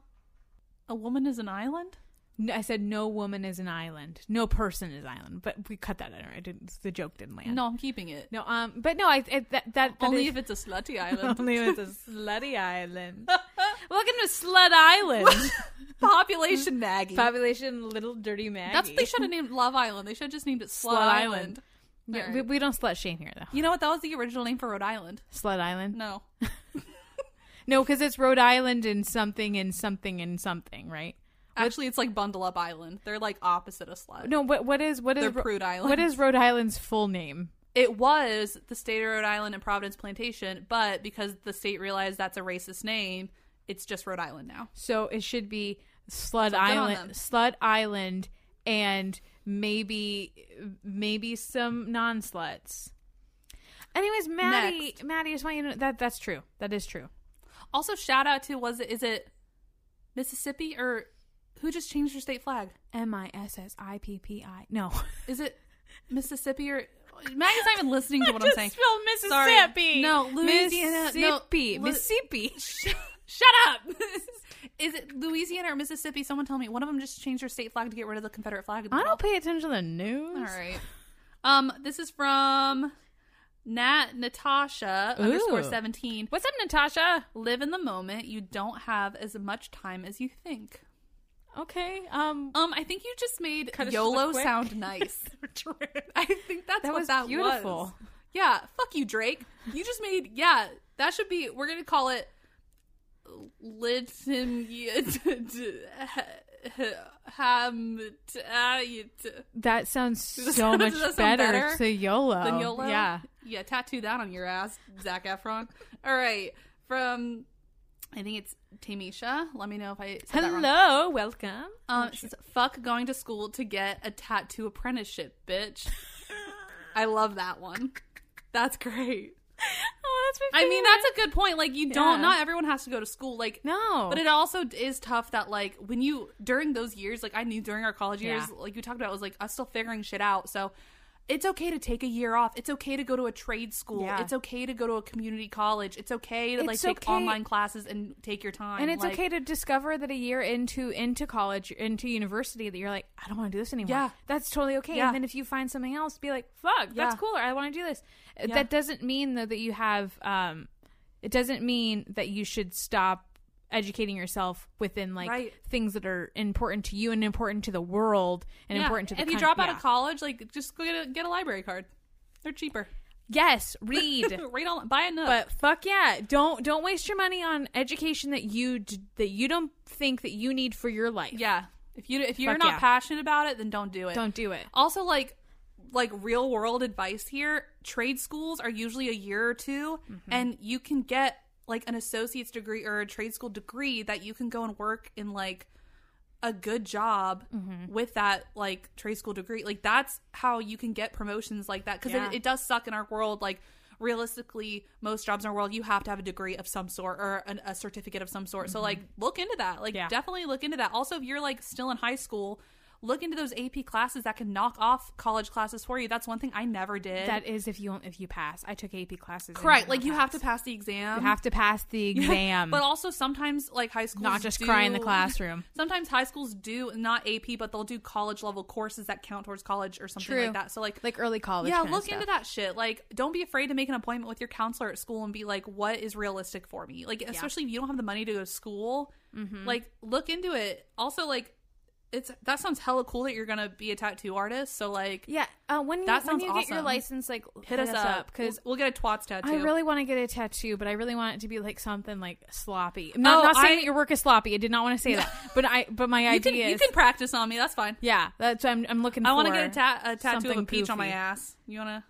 S2: A woman is an island?
S1: No, I said no woman is an island. No person is island. But we cut that out. I didn't. The joke didn't land.
S2: No, I'm keeping it.
S1: No. Um. But no. I. I that. That. that
S2: Only
S1: is-
S2: if it's a slutty island.
S1: only if it's a slutty island. Welcome to Slut Island.
S2: Population Maggie.
S1: Population Little Dirty Maggie.
S2: Mm. That's what they should have named Love Island. They should have just named it Slut,
S1: Slut
S2: Island.
S1: Island. Yeah,
S2: Alright.
S1: we, we don't slut shame here though.
S2: You know what? That was the original name for Rhode Island.
S1: Slut Island.
S2: No.
S1: No, because it's Rhode Island and something and something and something, right?
S2: Actually, it's like Bundle Up Island. They're like opposite of Slut.
S1: No, what what is what is
S2: They're
S1: Ro-
S2: Prude Island.
S1: what is Rhode Island's full name?
S2: It was the state of Rhode Island and Providence Plantation, but because the state realized that's a racist name, it's just Rhode Island now.
S1: So it should be Slut
S2: on
S1: Island,
S2: them.
S1: Slut Island, and maybe maybe some non sluts. Anyways, Maddie,
S2: Next.
S1: Maddie, I just want you to know that that's true. That is true.
S2: Also, shout out to was it is it Mississippi or who just changed their state flag?
S1: M I S S I P P I. No,
S2: Is it Mississippi or Maggie's not even listening to what I'm
S1: Just
S2: saying.
S1: spelled
S2: Sorry.
S1: Mississippi.
S2: No, Louisiana. no,
S1: Mississippi.
S2: Lu-
S1: Mississippi.
S2: Shut up. is it Louisiana or Mississippi? Someone tell me. One of them just changed their state flag to get rid of the Confederate flag.
S1: I don't pay attention to the news.
S2: All right. Um, this is from Nat Natasha underscore
S1: Ooh.
S2: seventeen.
S1: What's up, Natasha?
S2: Live in the moment. You don't have as much time as you think.
S1: Okay. Um.
S2: Um, I think you just made
S1: Cut us to the
S2: YOLO
S1: quick.
S2: sound nice. I think that's
S1: That
S2: what
S1: was
S2: that was.
S1: beautiful.
S2: Yeah, fuck you, Drake. You just made yeah. That should be. We're gonna call it. Listen, then
S1: That sounds
S2: Does
S1: so
S2: that
S1: much
S2: sound
S1: better,
S2: better
S1: to YOLO.
S2: YOLO.
S1: Oh, Yeah.
S2: yeah. Tattoo that on your ass, Zach Efron. All right, from I think it's Tamisha. Let me know if I said that wrong.
S1: Hello, welcome.
S2: Um, it says, fuck going to school to get a tattoo apprenticeship, bitch. I love that one. That's great.
S1: Oh, that's my
S2: I mean, that's a good point. Like, you don't.
S1: Yeah.
S2: Not everyone has to go to school. Like,
S1: no.
S2: But it also is tough that like when you during those years, like I knew during our college years,
S1: Yeah.
S2: like you talked about, it was like us still figuring shit out. So it's okay to take a year off. It's okay to go to a trade school.
S1: Yeah.
S2: It's okay to go to a community college. It's okay to like
S1: It's
S2: take
S1: okay-
S2: online classes and take your time.
S1: and it's
S2: Like,
S1: okay to discover that a year into into college, into university, that you're like, I don't want to do this anymore.
S2: Yeah.
S1: that's totally okay.
S2: Yeah.
S1: And then if you find something else, be like, fuck,
S2: Yeah.
S1: that's cooler. I want to do this. Uh,
S2: Yeah.
S1: That doesn't mean though that you have. um It doesn't mean that you should stop educating yourself within like
S2: Right.
S1: things that are important to you and important to the world and
S2: Yeah.
S1: important to the
S2: If you
S1: coun-
S2: drop out
S1: yeah.
S2: of college, like just go get a get a library card. They're cheaper.
S1: yes read
S2: Read all buy a nook.
S1: but fuck yeah don't don't waste your money on education that you d- that you don't think that you need for your life
S2: yeah. If you if you're
S1: Fuck
S2: not
S1: yeah.
S2: passionate about it, then don't do it.
S1: don't do it
S2: Also, like like real world advice here, trade schools are usually a year or 2
S1: Mm-hmm.
S2: and you can get like an associate's degree or a trade school degree that you can go and work in like a good job
S1: Mm-hmm.
S2: with that like trade school degree. Like that's how you can get promotions like that because
S1: Yeah.
S2: it, it does suck in our world. Like realistically, most jobs in our world you have to have a degree of some sort or an, a certificate of some sort. So like look into that. Like
S1: Mm-hmm. Yeah.
S2: definitely look into that. Also, if you're like still in high school. Look into those AP classes that can knock off college classes for you. That's one thing I never did.
S1: that is if you if you pass i took ap classes and
S2: right,
S1: did
S2: like
S1: not
S2: you have
S1: pass.
S2: to pass the exam.
S1: you have to pass the exam
S2: But also sometimes like high schools
S1: not just
S2: do-
S1: cry in the classroom
S2: Sometimes high schools do not AP, but they'll do college level courses that count towards college or something
S1: True.
S2: like that. So like,
S1: like early college
S2: yeah,
S1: kinda
S2: look into
S1: stuff.
S2: that shit. Like, don't be afraid to make an appointment with your counselor at school and be like, what is realistic for me? Like, especially if you don't have the money to go to school,
S1: Mm-hmm.
S2: like look into it. Also, like, it's that sounds hella cool that you're gonna be a tattoo artist. So like,
S1: yeah uh, when you,
S2: That
S1: when
S2: sounds
S1: you get your
S2: awesome.
S1: license like
S2: hit us up
S1: because
S2: we'll, we'll get a twats tattoo.
S1: I really want to get a tattoo, but I really want it to be like something like sloppy. I'm not,
S2: Oh,
S1: not saying
S2: I-
S1: that your work is sloppy. I did not want to say that, but I but my
S2: you
S1: idea
S2: can you
S1: is
S2: can practice on me. That's fine.
S1: yeah. That's I'm I'm looking.
S2: I want to
S1: for
S2: get a, ta- a tattoo of a
S1: something
S2: peach on my
S1: goofy.
S2: ass. You want to?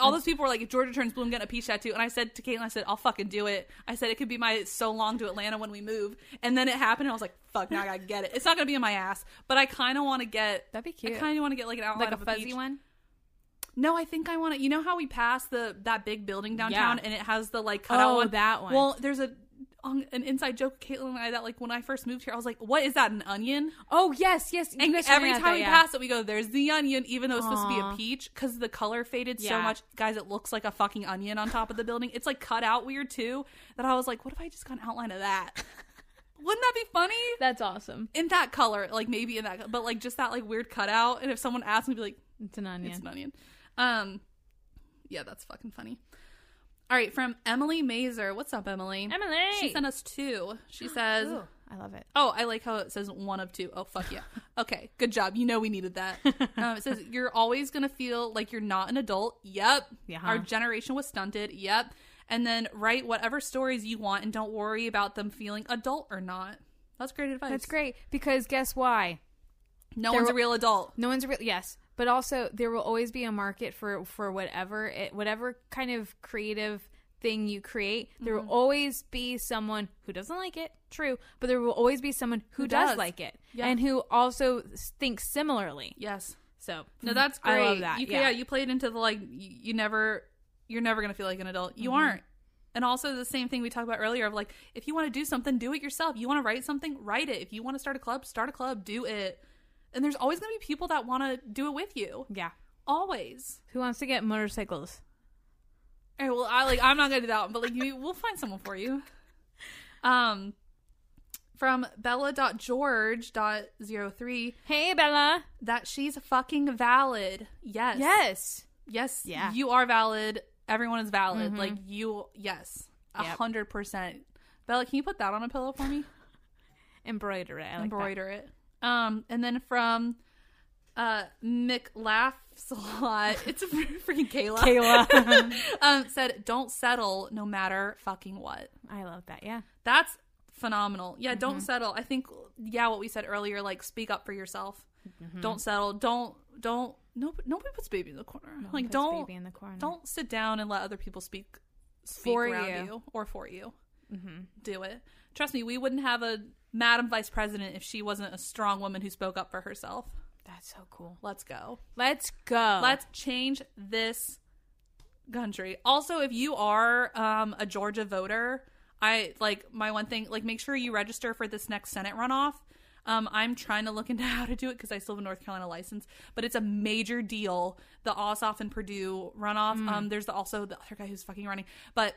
S2: All those people were like, if Georgia turns blue, I'm getting a peach tattoo. And I said to Caitlin, I said, I'll fucking do it. I said, it could be my so long to Atlanta when we move. And then it happened, and I was like, fuck, now I gotta get it. It's not gonna be in my ass, but I kind of want to get.
S1: That'd be
S2: I
S1: cute.
S2: kind of want to get like an outline
S1: like a
S2: of
S1: fuzzy
S2: peach.
S1: one.
S2: No, I think I want to. You know how we passed the that big building downtown,
S1: Yeah.
S2: and it has the like cutout
S1: Oh,
S2: one.
S1: that one.
S2: Well, there's a on, an inside joke, Caitlin and I, that like when I first moved here, I was like, what is that? An onion?
S1: Oh yes, yes. you
S2: And
S1: guys
S2: every
S1: pointed
S2: time
S1: out
S2: we
S1: that, yeah.
S2: pass it, we go, there's the onion, even though it's supposed to be a
S1: Aw.
S2: peach, because the color faded so
S1: Yeah.
S2: much. Guys, it looks like a fucking onion on top of the building. It's like cut out weird too. That I was like, what if I just got an outline of that? Wouldn't that be funny?
S1: that's awesome.
S2: In that color, like maybe in that, but like just that like weird cutout. And if someone asked me, I'd be like,
S1: It's an onion.
S2: it's an onion. Um, yeah, that's fucking funny. All right, from Emily Mazer. What's up, Emily?
S1: Emily.
S2: She sent us two. She says,
S1: Ooh, I love it.
S2: Oh, I like how it says one of two. Oh, fuck yeah. Okay, good job. You know we needed that. Um, it says, You're always going to feel like you're not an adult. Yep.
S1: Yeah.
S2: Our generation was stunted. Yep. And then write whatever stories you want and don't worry about them feeling adult or not. That's great advice.
S1: That's great because guess why?
S2: No
S1: There
S2: one's a
S1: were-
S2: real adult.
S1: No one's real. Yes, but also there will always be a market for for whatever it, whatever kind of creative thing you create, there will always be someone who doesn't like it. True, but there will always be someone who,
S2: Who
S1: does.
S2: does.
S1: like it
S2: Yeah.
S1: and who also s- thinks similarly.
S2: Yes.
S1: So
S2: No, that's
S1: I
S2: great.
S1: love that,
S2: You,
S1: yeah.
S2: yeah. you played into the like y- you never you're never gonna feel like an adult.
S1: Mm-hmm.
S2: You aren't. And also the same thing we talked about earlier of like if you want to do something, do it yourself. You want to write something, write it. If you want to start a club, start a club. Do it. And there's always gonna be people that want to do it with you.
S1: yeah.
S2: Always.
S1: Who wants to get motorcycles?
S2: All right, well, I like I'm not gonna do that, one, but like you, we'll find someone for you. Um, from Bella.George.03
S1: Hey Bella.
S2: that she's fucking valid. Yes.
S1: Yes.
S2: Yes.
S1: Yeah. Mm-hmm.
S2: You are valid. Everyone is valid. Like you. Yes. A
S1: Yep.
S2: hundred percent. Bella, can you put that on a pillow for me?
S1: Embroider it. I like
S2: Embroider it. Um, and then from uh Mick laughs a lot. It's a freaking Kayla.
S1: that. Kayla.
S2: um, said, "Don't settle, no matter fucking what."
S1: I love that. Yeah.
S2: That's phenomenal. Yeah,
S1: Mm-hmm.
S2: don't settle. I think yeah, what we said earlier, like speak up for yourself.
S1: Mm-hmm.
S2: Don't settle. Don't don't no nobody puts baby in the corner. like
S1: Puts
S2: don't
S1: baby in the corner.
S2: don't sit down and let other people speak,
S1: Mm-hmm.
S2: speak
S1: For
S2: around
S1: you. Mm-hmm.
S2: you. or for you. Do it. Trust me, we wouldn't have a Madam Vice President if she wasn't a strong woman who spoke up for herself.
S1: That's so cool.
S2: Let's go.
S1: Let's go.
S2: Let's change this country. Also, if you are um, a Georgia voter, I like my one thing like make sure you register for this next Senate runoff. Um, I'm trying to look into how to do it because I still have a North Carolina license, but it's a major deal. The Ossoff and Purdue runoff. Um, there's the, also the other guy who's fucking running, but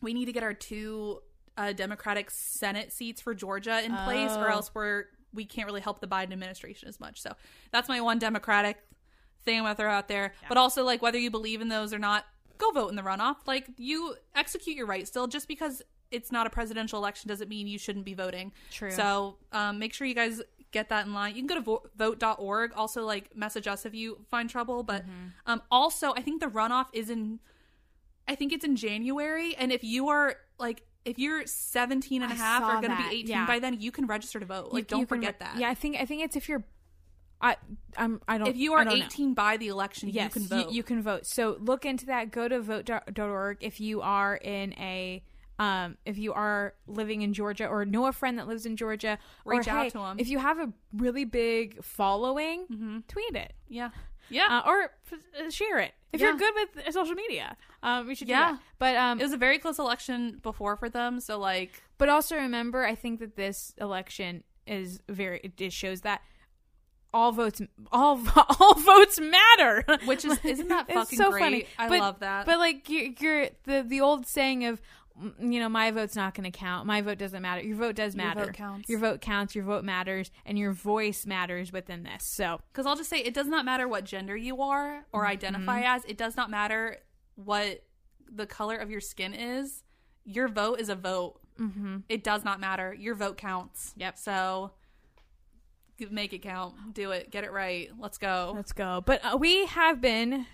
S2: we need to get our two uh, Democratic Senate seats for Georgia in place, or
S1: Oh.
S2: else we're we can't really help the Biden administration as much. So that's my one Democratic thing I'm gonna throw out there. But also, like whether you believe in those or not, go vote in the runoff. Like you execute your right still. Just because it's not a presidential election doesn't mean you shouldn't be voting.
S1: True.
S2: So um, make sure you guys get that in line. You can go to vo- vote.org. Also, like message us if you find trouble. But
S1: Mm-hmm.
S2: um, also, I think the runoff is in. I think it's in January, and if you are like. If you're 17 and a
S1: I
S2: half
S1: saw
S2: or going to
S1: that,
S2: be 18
S1: yeah.
S2: by then, you can register to vote. Like,
S1: You-
S2: don't
S1: you can
S2: forget
S1: re-
S2: that.
S1: Yeah, I think I think it's if you're I I'm I don't
S2: If you
S1: I
S2: are
S1: don't know.
S2: 18 by the election,
S1: yes,
S2: you can vote.
S1: You, can vote. So look into that. Go to vote.org if you are in a um, if you are living in Georgia or know a friend that lives in Georgia,
S2: Reach
S1: or,
S2: out
S1: hey,
S2: to 'em. Mm-hmm.
S1: If you have a really big following, tweet it
S2: yeah. Yeah.
S1: uh, or uh, share it. If you're
S2: Yeah.
S1: good with social media, um, you should
S2: Yeah.
S1: do that. But um,
S2: it was a very close election before for them so like
S1: But also remember, I think that this election is very it just shows that all votes all all votes matter,
S2: Which is- isn't that
S1: It's
S2: fucking great? I
S1: But-
S2: love that.
S1: But like you're, you're the the old saying of mm, you know my vote's not going to count. My vote doesn't matter. Your vote does matter.
S2: vote counts.
S1: Your vote counts. Your vote matters, and your voice matters within this. So
S2: because i'll just say it does not matter what gender you are or identify
S1: Mm-hmm.
S2: as it does not matter what the color of your skin is your vote is a vote mm-hmm. it does not matter your vote counts
S1: Yep.
S2: so g- make it count do it get it right let's go
S1: Let's go. But uh, we have been.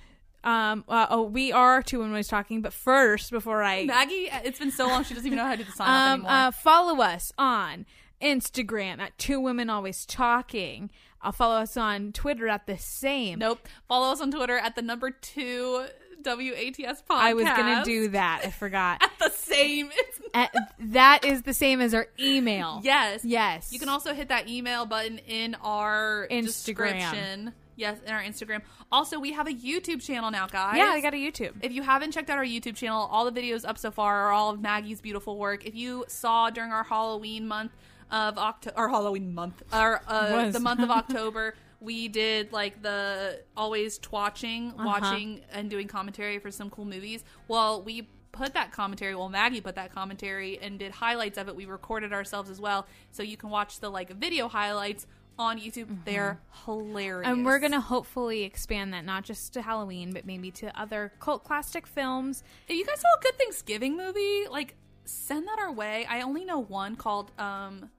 S1: Um, uh, oh, we are two when I was talking, but first, before I
S2: maggie it's been so long she doesn't even know how to do the sign off
S1: Um,
S2: anymore
S1: uh, follow us on Instagram at Two Women Always Talking. Uh, follow us on Twitter at the same.
S2: nope follow us on twitter at the number two wats podcast
S1: I was gonna do that. I forgot.
S2: the same it's
S1: Uh, that is the same as our email.
S2: Yes.
S1: Yes.
S2: You can also hit that email button in our
S1: Instagram.
S2: description. Yes, in our Instagram. Also, we have a YouTube channel now, guys.
S1: Yeah, I got a YouTube.
S2: If you haven't checked out our YouTube channel, all the videos up so far are all of Maggie's beautiful work. If you saw during our Halloween month of October, our Halloween month, or uh,
S1: Was.
S2: the month of October, we did like the always twatching,
S1: Uh-huh.
S2: watching, and doing commentary for some cool movies. Well, we put that commentary. Well, Maggie put that commentary and did highlights of it. We recorded ourselves as well, so you can watch the like video highlights on YouTube. They're hilarious,
S1: Mm-hmm. And we're gonna hopefully expand that not just to Halloween, but maybe to other cult classic films.
S2: If you guys saw a good Thanksgiving movie, like send that our way. I only know one called um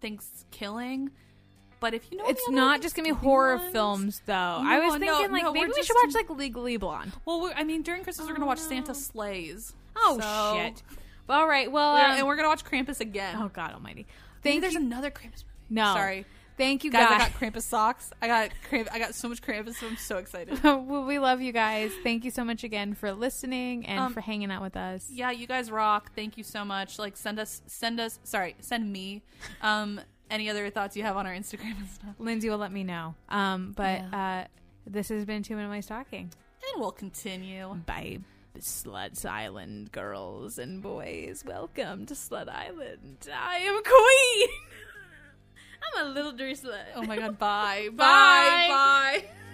S2: Thanksgiving. But if you know any
S1: It's
S2: other
S1: not just gonna be
S2: Thanksgiving
S1: horror
S2: ones-
S1: films, though. I was
S2: No, no,
S1: thinking like
S2: no,
S1: maybe
S2: we're
S1: we should watch
S2: just-
S1: like Legally Blonde.
S2: Well, we're, I mean, during Christmas we're gonna watch Santa Slays.
S1: Oh
S2: So-
S1: shit! All right. Well,
S2: We're-
S1: um,
S2: and we're gonna watch Krampus again.
S1: oh God Almighty! Thank
S2: there's
S1: you.
S2: another Krampus movie.
S1: No.
S2: sorry.
S1: Thank you
S2: Guys, I
S1: guys.
S2: got Krampus socks. I got Kramp- I got so much Krampus. So I'm so excited.
S1: well, we love you guys. Thank you so much again for listening and
S2: Um,
S1: for hanging out with us.
S2: Yeah, you guys rock. Thank you so much. Like, send us, send us. Sorry, send me. Um, any other thoughts you have on our Instagram and stuff,
S1: Lindsay will let me know. Um, but uh, this has been Two Minute Ways Talking.
S2: and we'll continue.
S1: Bye, Slut Island girls and boys. Welcome to Slut Island. I am queen. I'm a little dirty slut.
S2: Oh my god! Bye. Bye.
S1: Bye.
S2: bye.